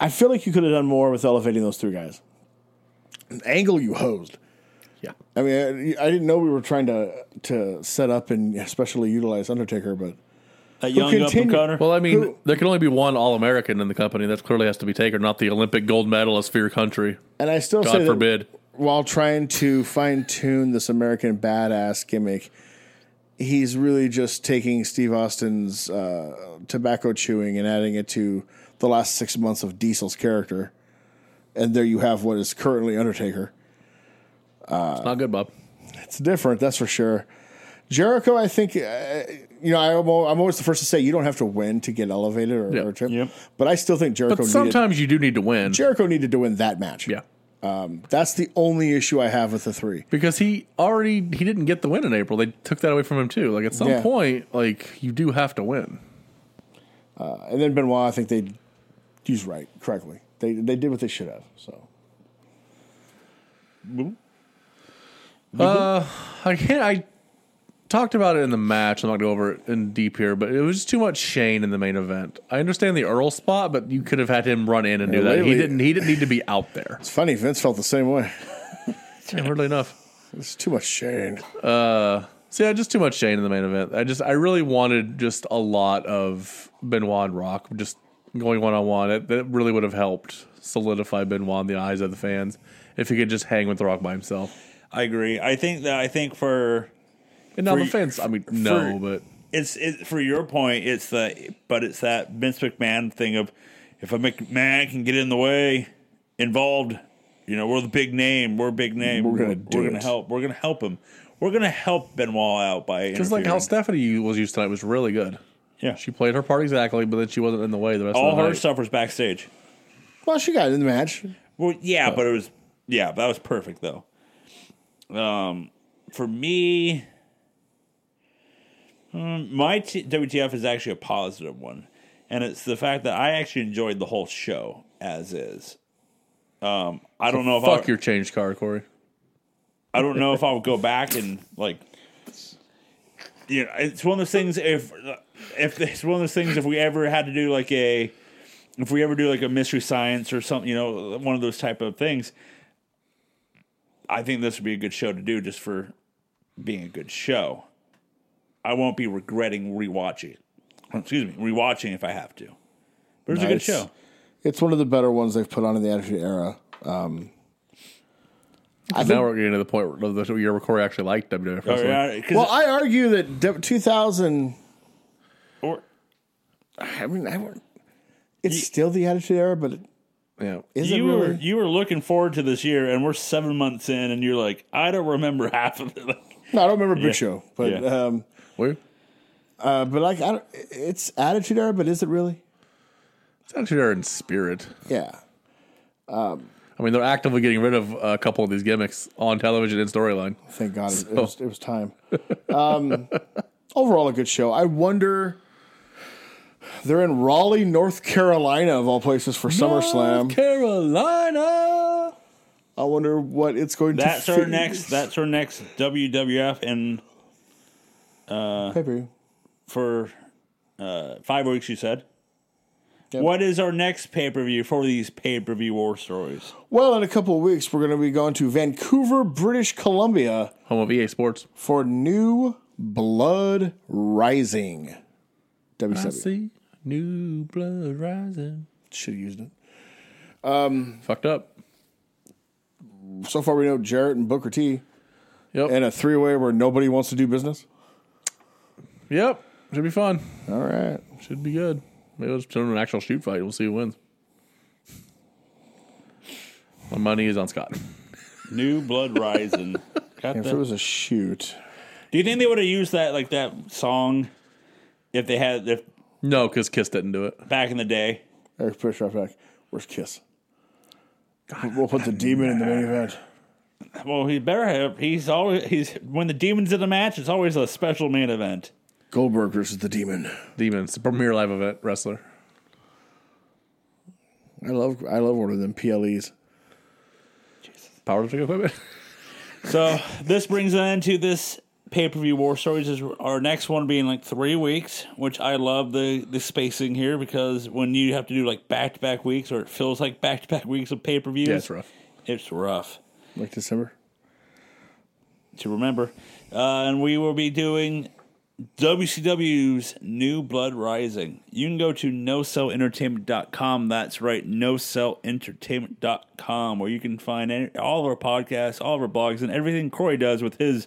S2: I feel like you could have done more with elevating those three guys. Angle you hosed.
S3: Yeah.
S2: I mean, I, I didn't know we were trying to to set up and especially utilize Undertaker, but
S1: That young up and
S2: continued-
S1: cutter.
S3: Well, I mean,
S2: Who-
S3: there can only be one All American in the company. That clearly has to be Taker, not the Olympic gold medalist for your country.
S2: and I still say
S3: God
S2: that uh,
S3: forbid.
S2: while trying to fine tune this American badass gimmick, he's really just taking Steve Austin's uh, tobacco chewing and adding it to the last six months of Diesel's character, and there you have what is currently Undertaker.
S3: it's not good, Bob.
S2: It's different, that's for sure. Jericho, I think, uh, you know, I'm, al- I'm always the first to say you don't have to win to get elevated or,
S3: Yeah.
S2: or tip.
S1: Yep.
S2: But I still think Jericho
S3: But
S2: needed,
S3: sometimes you do need to win.
S2: Jericho needed to win that match.
S3: Yeah.
S2: That's the only issue I have with the three.
S3: Because he already he didn't get the win in April. They took that away from him too. Like at some
S2: Yeah.
S3: point, like you do have to win.
S2: And then Benoit, I think they he's right correctly. They they did what they should have. So
S3: Uh, I can't. I talked about it in the match. I'm not going to go over it in deep here, but it was just too much Shane in the main event. I understand the Earl spot, but you could have had him run in and do
S2: Yeah,
S3: that.
S2: lately-
S3: he didn't. He didn't need to be out there.
S2: It's funny, Vince felt the same way.
S3: Weirdly enough.
S2: It's too much Shane.
S3: So yeah, just too much Shane in the main event. I just I really wanted just a lot of Benoit and Rock just going one on one. It That really would have helped solidify Benoit in the eyes of the fans if he could just hang with Rock by himself.
S1: I agree. I think that I think for
S3: And now
S1: For
S3: the
S1: y-
S3: fans, I mean, no, but
S1: it's it, for your point. It's the but it's that Vince McMahon thing of if a McMahon can get in the way, involved. You know, we're the big name. We're a big name.
S2: We're gonna do
S1: we're gonna
S2: it.
S1: help. We're gonna help him. We're gonna help Benoit out by
S3: just like how
S1: interfering.
S3: Stephanie was used tonight was really good.
S1: yeah.
S3: She played her part exactly, but then she wasn't in the way the rest
S1: all
S3: of the
S1: her
S3: night.
S1: suffers backstage.
S2: Well, she got in the match.
S1: Well, yeah, but it was yeah, that was perfect though. Um, for me, um, my t- WTF is actually a positive one, and it's the fact that I actually enjoyed the whole show as is. Um, I don't know if I,
S3: Fuck your change car, Corey.
S1: I don't know if I would go back and like. You know, it's one of those things. If if it's one of those things, if we ever had to do like a, if we ever do like a mystery science or something, you know, one of those type of things. I think this would be a good show to do, just for being a good show. I won't be regretting rewatching. Excuse me, rewatching if I have to. But it was a good
S2: Nice.
S1: show.
S2: It's one of the better ones they've put on in the Attitude Era.
S3: now we're getting to the point where the year where Corey actually liked WWF.
S1: Or,
S3: wrestling.
S1: uh, 'cause-
S2: Well, I argue that de- 2000.
S1: or-
S2: I mean, I, don't- it's still the Attitude Era, but
S3: yeah.
S2: is it
S1: you
S2: really?
S1: were you were looking forward to this year, and we're seven months in, and you're like, I don't remember half of it. Like,
S2: No, I don't remember Big Show, but
S1: Yeah.
S2: um,
S3: Weird.
S2: uh, but like, I don't, it's Attitude Era, but is it really?
S3: It's actually there in spirit.
S2: Yeah.
S3: I mean, they're actively getting rid of a couple of these gimmicks on television and storyline.
S2: Thank God it, it was, it was time. Um, overall, a good show. I wonder. They're in Raleigh, North Carolina, of all places, for SummerSlam.
S3: Carolina.
S2: I wonder what it's going to.
S1: that's our
S2: feel-
S1: next. That's our next WWF, and
S2: pay-per-view.
S1: for uh, five weeks, you said.
S2: Yep.
S1: What is our next pay per view for these pay per view war stories?
S2: Well, in a couple of weeks, we're going to be going to Vancouver, British Columbia,
S3: Home of EA Sports.
S2: for New Blood Rising. WCW
S3: new blood rising.
S2: should have used it.
S3: Fucked up.
S2: So far, we know Jarrett and Booker T
S3: Yep.
S2: in a three-way where nobody wants to do business.
S3: yep. Should be fun.
S2: All right.
S3: Should be good. Maybe we'll just turn an actual shoot fight. We'll see who wins. My money is on Scott.
S1: New Blood Rising. Got
S2: If
S1: that.
S2: it was a shoot,
S1: Do you think they would have used that like that song if they had if
S3: No, because Kiss didn't do it.
S1: back in the day?
S2: Eric push right back. Where's Kiss? we'll put the demon in the main event.
S1: Well, he better have. He's always he's when the demons in the match. It's always a special main event.
S2: Goldberg versus the demon.
S3: Demons, the premier live event wrestler.
S2: I love I love ordering them PLEs.
S3: Powerlifting equipment.
S1: So this brings an end to this pay per view war stories. Is our next one being like three weeks, which I love the the spacing here because when you have to do like back to back weeks or it feels like back to back weeks of pay per views,
S3: yeah, it's rough.
S1: It's rough
S2: Like December.
S1: to remember, uh, and we will be doing. WCW's New Blood Rising. You can go to nocellentertainment.com. That's right, nocellentertainment.com, where you can find any, all of our podcasts, all of our blogs, and everything Corey does with his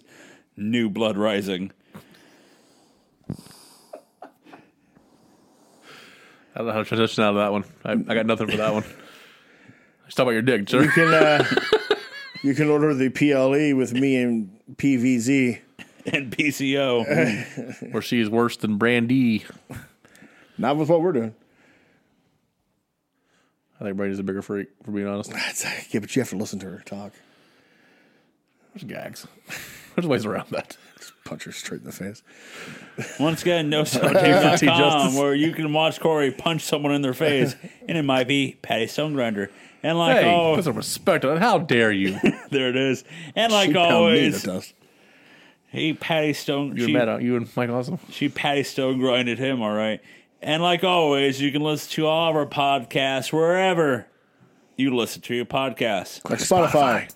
S1: New Blood Rising.
S3: I don't know how to transition out of that one. I, I got nothing for that one. Just talk about your dick, sure.
S2: You can uh, you can order the PLE with me and PVZ.
S1: and PCO.
S3: Or she is worse than Brandy.
S2: Not with what we're doing.
S3: I think Brandy's a bigger freak, for being honest.
S2: That's, yeah, but you have to listen to her talk.
S3: There's gags. There's ways around that.
S2: Punch her straight in the face.
S1: Once again, no
S3: Tea
S1: com
S3: Justice.
S1: where you can watch Corey punch someone in their face, and it might be Patty Stonegrinder. And like
S3: Hey,
S1: oh,
S3: put some respect on it. How dare you?
S1: there it is. And like
S2: She pound me to
S1: always,
S2: dust.
S1: He Patty Stone.
S3: You're
S1: she,
S3: mad at you and Mike Awesome.
S1: she Patty Stone grinded him, all right. And like always, you can listen to all of our podcasts wherever you listen to your podcasts.
S2: Like Spotify.